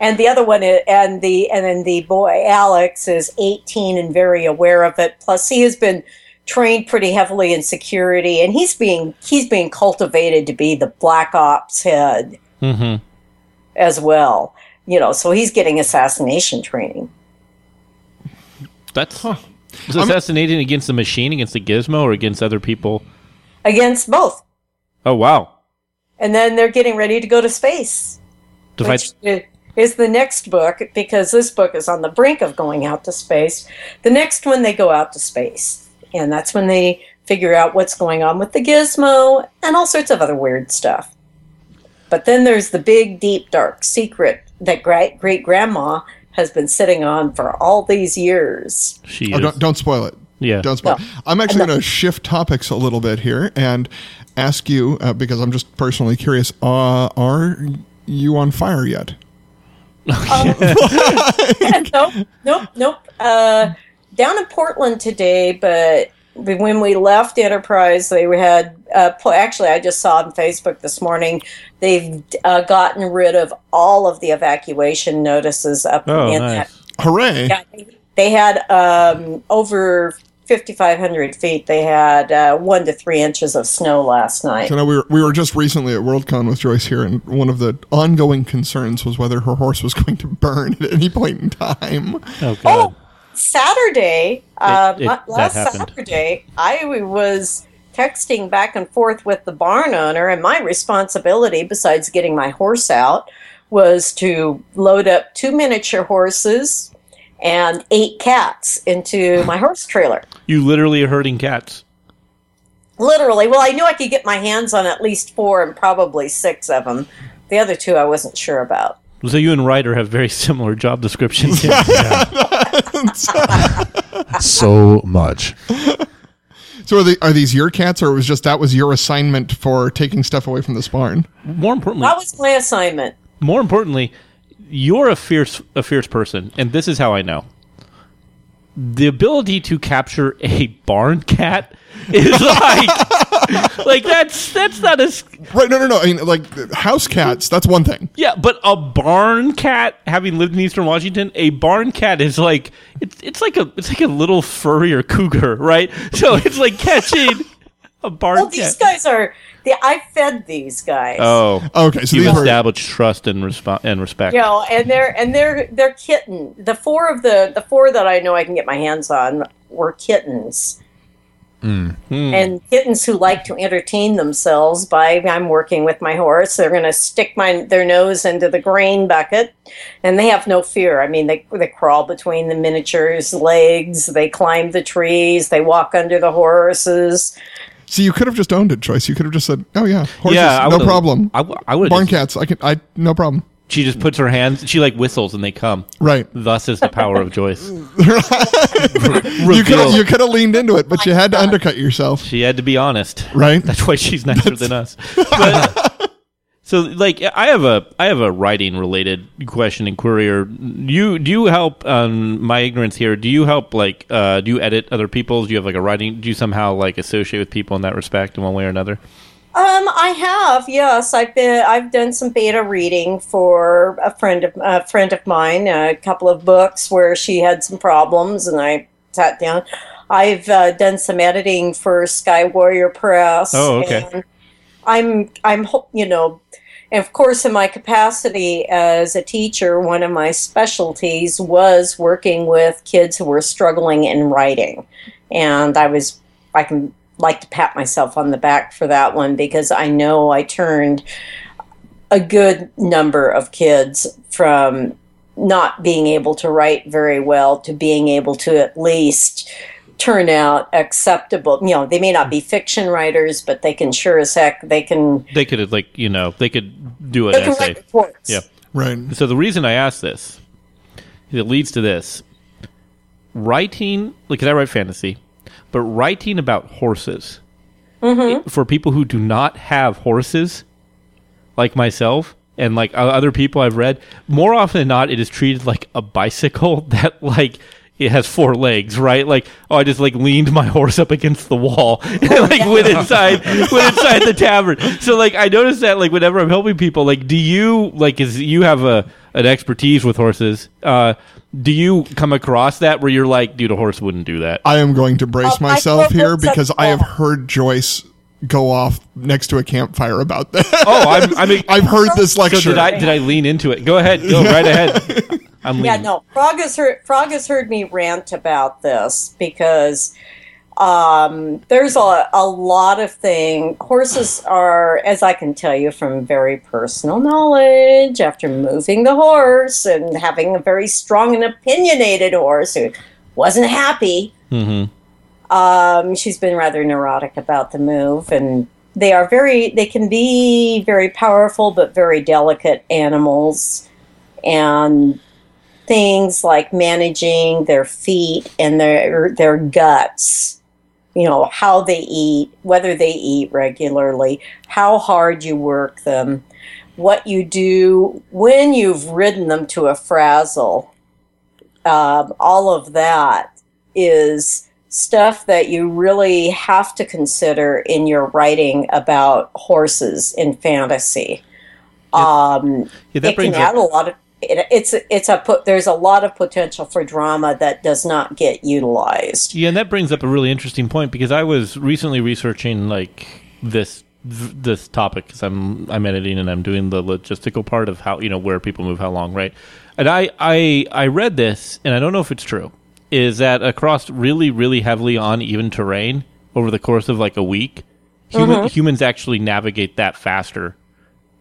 [SPEAKER 6] and the other one, is, and the and then the boy Alex is eighteen and very aware of it. Plus, he has been trained pretty heavily in security, and he's being he's being cultivated to be the black ops head
[SPEAKER 2] mm-hmm.
[SPEAKER 6] as well. You know, so he's getting assassination training.
[SPEAKER 2] That's was assassinating against the machine, against the gizmo, or against other people.
[SPEAKER 6] against both.
[SPEAKER 2] Oh wow.
[SPEAKER 6] And then they're getting ready to go to space,
[SPEAKER 2] To
[SPEAKER 6] which
[SPEAKER 2] fight,
[SPEAKER 6] i- is the next book because this book is on the brink of going out to space. The next one, they go out to space, and that's when they figure out what's going on with the gizmo and all sorts of other weird stuff. But then there's the big, deep, dark secret that great great grandma has been sitting on for all these years.
[SPEAKER 2] she
[SPEAKER 3] Oh,
[SPEAKER 2] is.
[SPEAKER 3] don't, don't spoil it.
[SPEAKER 2] yeah.
[SPEAKER 3] Don't spoil. it. I'm actually going to shift topics a little bit here and ask you uh, because I'm just personally curious. Uh, are you on fire yet?
[SPEAKER 6] nope, nope, nope. Uh, down in Portland today, but when we left Enterprise, they had uh, pl- actually I just saw on Facebook this morning they've uh, gotten rid of all of the evacuation notices up
[SPEAKER 2] Oh,
[SPEAKER 6] in
[SPEAKER 2] nice.
[SPEAKER 3] Hooray!
[SPEAKER 6] that. They had um, over. 5,500 feet. They had uh, one to three inches of snow last night.
[SPEAKER 3] So now we were, we were just recently at Worldcon with Joyce here, and one of the ongoing concerns was whether her horse was going to burn at any point in time.
[SPEAKER 2] Oh,
[SPEAKER 6] Oh,
[SPEAKER 2] God.
[SPEAKER 6] Saturday, uh,
[SPEAKER 2] It- it-
[SPEAKER 6] la-
[SPEAKER 2] that
[SPEAKER 6] last
[SPEAKER 2] happened.
[SPEAKER 6] Saturday, I was texting back and forth with the barn owner, and my responsibility, besides getting my horse out, was to load up two miniature horses and eight cats into my horse trailer.
[SPEAKER 2] You literally are herding cats.
[SPEAKER 6] Literally, well, I knew I could get my hands on at least four and probably six of them. The other two, I wasn't sure about.
[SPEAKER 2] So you and Ryder have very similar job descriptions.
[SPEAKER 7] so much.
[SPEAKER 3] So are, they, are these your cats, or was just that was your assignment for taking stuff away from this barn?
[SPEAKER 2] More importantly,
[SPEAKER 6] That was my assignment.
[SPEAKER 2] more importantly, you're a fierce a fierce person, and this is how I know. The ability to capture a barn cat is like like that's that's not as
[SPEAKER 3] Right? No, no, no. I mean, like house cats. That's one thing.
[SPEAKER 2] yeah, but a barn cat having lived in eastern Washington, a barn cat is like it's it's like a it's like a little furrier cougar, right? So it's like catching a barn
[SPEAKER 6] Well,
[SPEAKER 2] cat.
[SPEAKER 6] these guys are. The, I fed these guys.
[SPEAKER 2] oh.
[SPEAKER 3] Okay, so
[SPEAKER 2] You
[SPEAKER 3] these were
[SPEAKER 2] establish trust and respo- and respect.
[SPEAKER 6] you know, and they're and they're they're kitten. The four of the the four that I know I can get my hands on were kittens. And kittens who like to entertain themselves by I'm working with my horse. They're going to stick my their nose into the grain bucket, and they have no fear. I mean, they they crawl between the miniatures' legs. They climb the trees. They walk under the horses.
[SPEAKER 3] see. You could have just owned it, Joyce. You could have just said, "Oh yeah, horses,
[SPEAKER 2] Yeah, I
[SPEAKER 3] no
[SPEAKER 2] would've-
[SPEAKER 3] problem."
[SPEAKER 2] I, w- I would
[SPEAKER 3] barn cats. I can. I no problem.
[SPEAKER 2] She just puts her hands. She like whistles and they come.
[SPEAKER 3] Right.
[SPEAKER 2] Thus is the power of Joyce.
[SPEAKER 3] You could have- you could have leaned into it, but you had to undercut yourself.
[SPEAKER 2] She had to be honest.
[SPEAKER 3] Right.
[SPEAKER 2] That's why she's nicer than us. But- so like I have a I have a writing related question and query. Or you do you help? Um, my ignorance here. Do you help like uh, do you edit other people's? Do you have like a writing? Do you somehow like associate with people in that respect in one way or another?
[SPEAKER 6] Um, I have yes. I've been I've done some beta reading for a friend of a friend of mine. A couple of books where she had some problems, and I sat down. I've uh, done some editing for Sky Warrior Press.
[SPEAKER 2] Oh, okay.
[SPEAKER 6] and I'm I'm ho- you know, and of course, in my capacity as a teacher, one of my specialties was working with kids who were struggling in writing, and I was I can like to pat myself on the back for that one because I know I turned a good number of kids from not being able to write very well to being able to at least turn out acceptable. You know, they may not be fiction writers, but they can sure as heck they can
[SPEAKER 2] They could like you know they could do an
[SPEAKER 6] they can
[SPEAKER 2] essay.
[SPEAKER 6] write reports.
[SPEAKER 2] Yeah.
[SPEAKER 3] Right.
[SPEAKER 2] So the reason I ask this, it leads to this. Writing, look, I write fantasy, but writing about horses it- for people who do not have horses, like myself and like o- other people I've read, more often than not, it is treated like a bicycle that like it has four legs, right? Like, oh, I just like leaned my horse up against the wall and like went inside, went inside the tavern. So like, I noticed that like whenever I'm helping people, like, do you like is you have a an expertise with horses? Uh, do you come across that where you're like, dude, a horse wouldn't do that?
[SPEAKER 3] I am going to brace
[SPEAKER 6] Oh, my
[SPEAKER 3] myself here
[SPEAKER 6] goodness, that's
[SPEAKER 3] because I have
[SPEAKER 6] bad.
[SPEAKER 3] heard Joyce go off next to a campfire about that.
[SPEAKER 2] Oh, I'm, I mean,
[SPEAKER 3] I've heard this
[SPEAKER 2] so
[SPEAKER 3] lecture.
[SPEAKER 2] did I did I lean into it? Go ahead, go right ahead. I'm leaning.
[SPEAKER 6] Yeah, no. Frog has heard Frog has heard me rant about this because um, there's a, a lot of thing. Horses are, as I can tell you from very personal knowledge, after moving the horse and having a very strong and opinionated horse who wasn't happy. Um, she's been rather neurotic about the move, and they are very. They can be very powerful, but very delicate animals, and things like managing their feet and their their guts you know how they eat whether they eat regularly how hard you work them what you do when you've ridden them to a frazzle um, all of that is stuff that you really have to consider in your writing about horses in fantasy. Um,
[SPEAKER 2] Yeah, that
[SPEAKER 6] it can
[SPEAKER 2] brings up,
[SPEAKER 6] add a lot of. It, it's it's a put. There's a lot of potential for drama that does not get utilized.
[SPEAKER 2] yeah, and that brings up a really interesting point because I was recently researching like this this topic because I'm I'm editing and I'm doing the logistical part of how you know where people move how long, right? And I I I read this and I don't know if it's true. Is that across really really heavily uneven terrain over the course of like a week, human, humans actually navigate that faster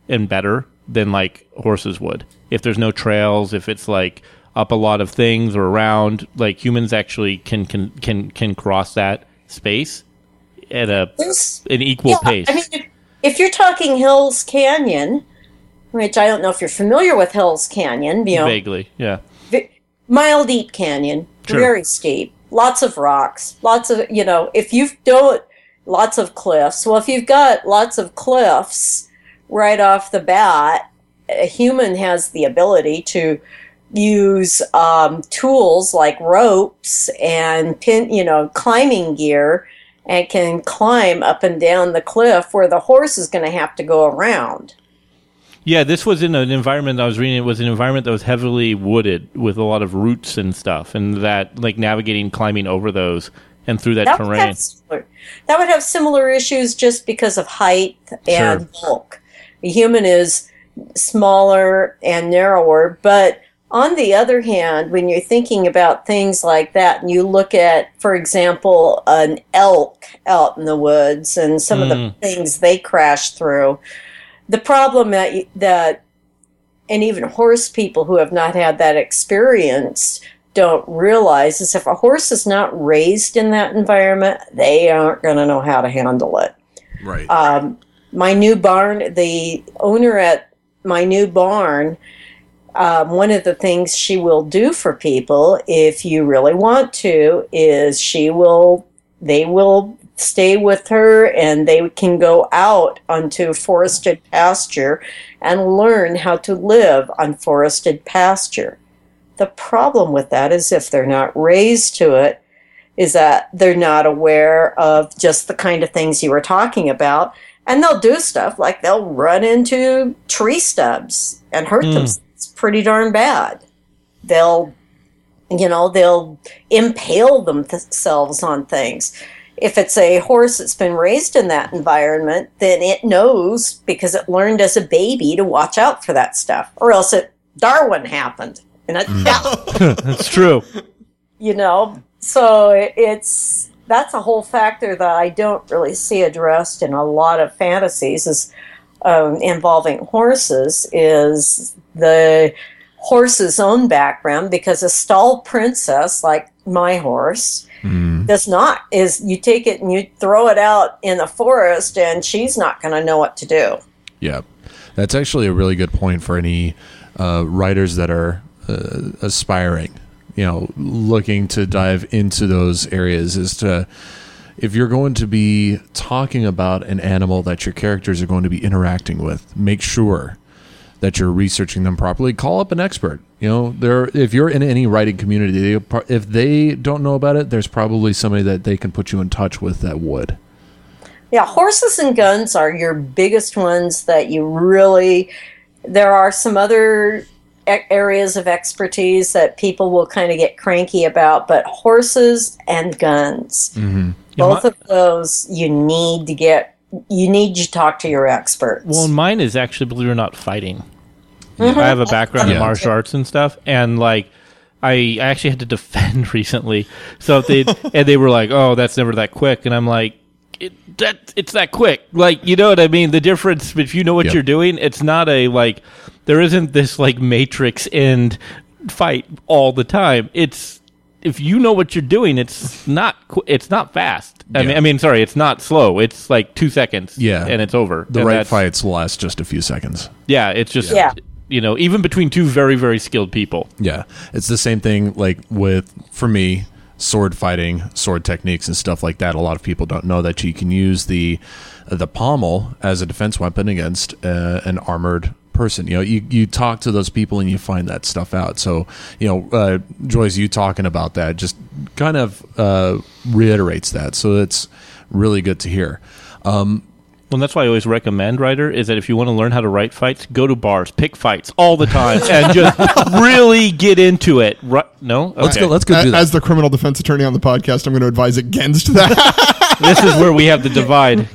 [SPEAKER 2] and better than like horses would. If there's no trails, if it's like up a lot of things or around, like humans actually can can can can cross that space at a
[SPEAKER 6] There's-
[SPEAKER 2] an equal pace.
[SPEAKER 6] I mean, if, if you're talking Hills Canyon, which I don't know if you're familiar with Hills Canyon, you know,
[SPEAKER 2] Vaguely, yeah.
[SPEAKER 6] vi- mile deep canyon,
[SPEAKER 2] Sure.
[SPEAKER 6] very steep, lots of rocks, lots of you know, if you don't lots of cliffs. Well, if you've got lots of cliffs right off the bat, a human has the ability to use um, tools like ropes and pin, you know, climbing gear and can climb up and down the cliff where the horse is going to have to go around.
[SPEAKER 2] Yeah, this was in an environment I was reading. It was an environment that was heavily wooded with a lot of roots and stuff, and that like navigating, climbing over those and through that,
[SPEAKER 6] That would,
[SPEAKER 2] terrain.
[SPEAKER 6] have similar, that would have similar issues just because of height and bulk. The human is smaller and narrower, but on the other hand, when you're thinking about things like that, and you look at, for example, an elk out in the woods and some of the things they crash through, the problem that you- that and even horse people who have not had that experience don't realize is if a horse is not raised in that environment, they aren't going to know how to handle it.
[SPEAKER 1] Right.
[SPEAKER 6] Um, my new barn, the owner at my new barn, um, one of the things she will do for people, if you really want to, is she will, they will stay with her and they can go out onto forested pasture and learn how to live on forested pasture. The problem with that is if they're not raised to it, is that they're not aware of just the kind of things you were talking about. And they'll do stuff like they'll run into tree stubs and hurt themselves pretty darn bad. They'll, you know, they'll impale themselves on things. If it's a horse that's been raised in that environment, then it knows because it learned as a baby to watch out for that stuff, or else it Darwin happened. And it,
[SPEAKER 2] That's true.
[SPEAKER 6] you know so it, it's that's a whole factor that i don't really see addressed in a lot of fantasies is um, involving horses is the horse's own background because a stall princess like my horse does not is you take it and you throw it out in the forest and she's not going to know what to do
[SPEAKER 7] Yeah, that's actually a really good point for any uh, writers that are uh, aspiring. You know, looking to dive into those areas is to if you're going to be talking about an animal that your characters are going to be interacting with, make sure that you're researching them properly. Call up an expert. You know, there if you're in any writing community, they, pro- if they don't know about it, there's probably somebody that they can put you in touch with that would.
[SPEAKER 6] Yeah, horses and guns are your biggest ones that you really. There are some other e- areas of expertise that people will kind of get cranky about, but horses and guns, both
[SPEAKER 2] Mm-hmm. my-
[SPEAKER 6] of those, you need to get. You need to talk to your experts.
[SPEAKER 2] Well, mine is actually, believe it or not, fighting.
[SPEAKER 7] Mm-hmm.
[SPEAKER 2] I have a background in martial arts and stuff, and like, I I actually had to defend recently. So if they and they were like, "Oh, that's never that quick," and I'm like, it, "That it's that quick." Like, you know what I mean? The difference if you know what
[SPEAKER 7] Yep.
[SPEAKER 2] you're doing, it's not a like. There isn't this like matrix end fight all the time. It's if you know what you're doing, it's not qu- it's not fast. I mean, I mean, sorry, it's not slow. It's like two seconds,
[SPEAKER 7] Yeah.
[SPEAKER 2] and it's over.
[SPEAKER 7] The
[SPEAKER 2] And
[SPEAKER 7] right
[SPEAKER 2] that's-
[SPEAKER 7] fights last just a few seconds.
[SPEAKER 2] yeah, it's just
[SPEAKER 6] Yeah.
[SPEAKER 2] you know, even between two very very skilled people.
[SPEAKER 7] Yeah, it's the same thing. Like with for me, sword fighting, sword techniques, and stuff like that. A lot of people don't know that you can use the the pommel as a defense weapon against uh, an armored
[SPEAKER 4] person. You know, you, you talk to those people and you find that stuff out. So, you know, uh, Joyce, you talking about that just kind of uh, reiterates that. So it's really good to hear.
[SPEAKER 2] Well, that's why I always recommend writer is that if you want to learn how to write fights, go to bars, pick fights all the time, and just really get into it. Ri- no, okay.
[SPEAKER 4] Let's go. Let's go do
[SPEAKER 3] A-
[SPEAKER 4] that.
[SPEAKER 3] As the criminal defense attorney on the podcast, I'm going to advise against that.
[SPEAKER 2] this is where we have the divide.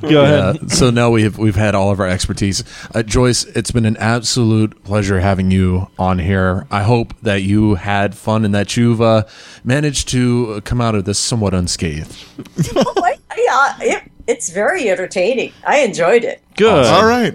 [SPEAKER 2] Go
[SPEAKER 4] Yeah,
[SPEAKER 2] ahead.
[SPEAKER 4] Uh, so now we've we've had all of our expertise. Uh, Joyce, it's been an absolute pleasure having you on here. I hope that you had fun and that you've uh, managed to uh, come out of this somewhat unscathed.
[SPEAKER 6] Like, yeah, uh, it, it's very entertaining. I enjoyed it.
[SPEAKER 2] Good.
[SPEAKER 3] All right.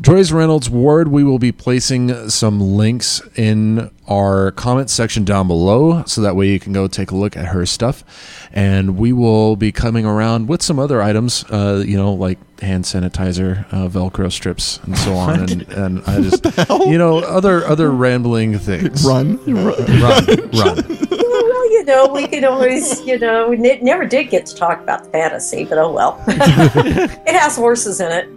[SPEAKER 4] Joyce Reynolds Ward, we will be placing some links in our comment section down below so that way you can go take a look at her stuff. And we will be coming around with some other items, uh, you know, like hand sanitizer, uh, Velcro strips, and so on. And, and I just, you know, other other rambling things.
[SPEAKER 3] Run.
[SPEAKER 4] run, run.
[SPEAKER 6] Well, you know, we could always, you know, we ne- never did get to talk about the fantasy, but oh well. it has horses in it.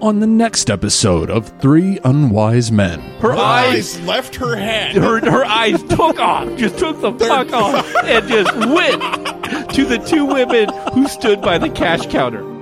[SPEAKER 4] On the next episode of Three Unwise Men.
[SPEAKER 2] Her eyes,
[SPEAKER 3] left her head.
[SPEAKER 2] her, her eyes took off, just took the fuck off, and just went to the two women who stood by the cash counter.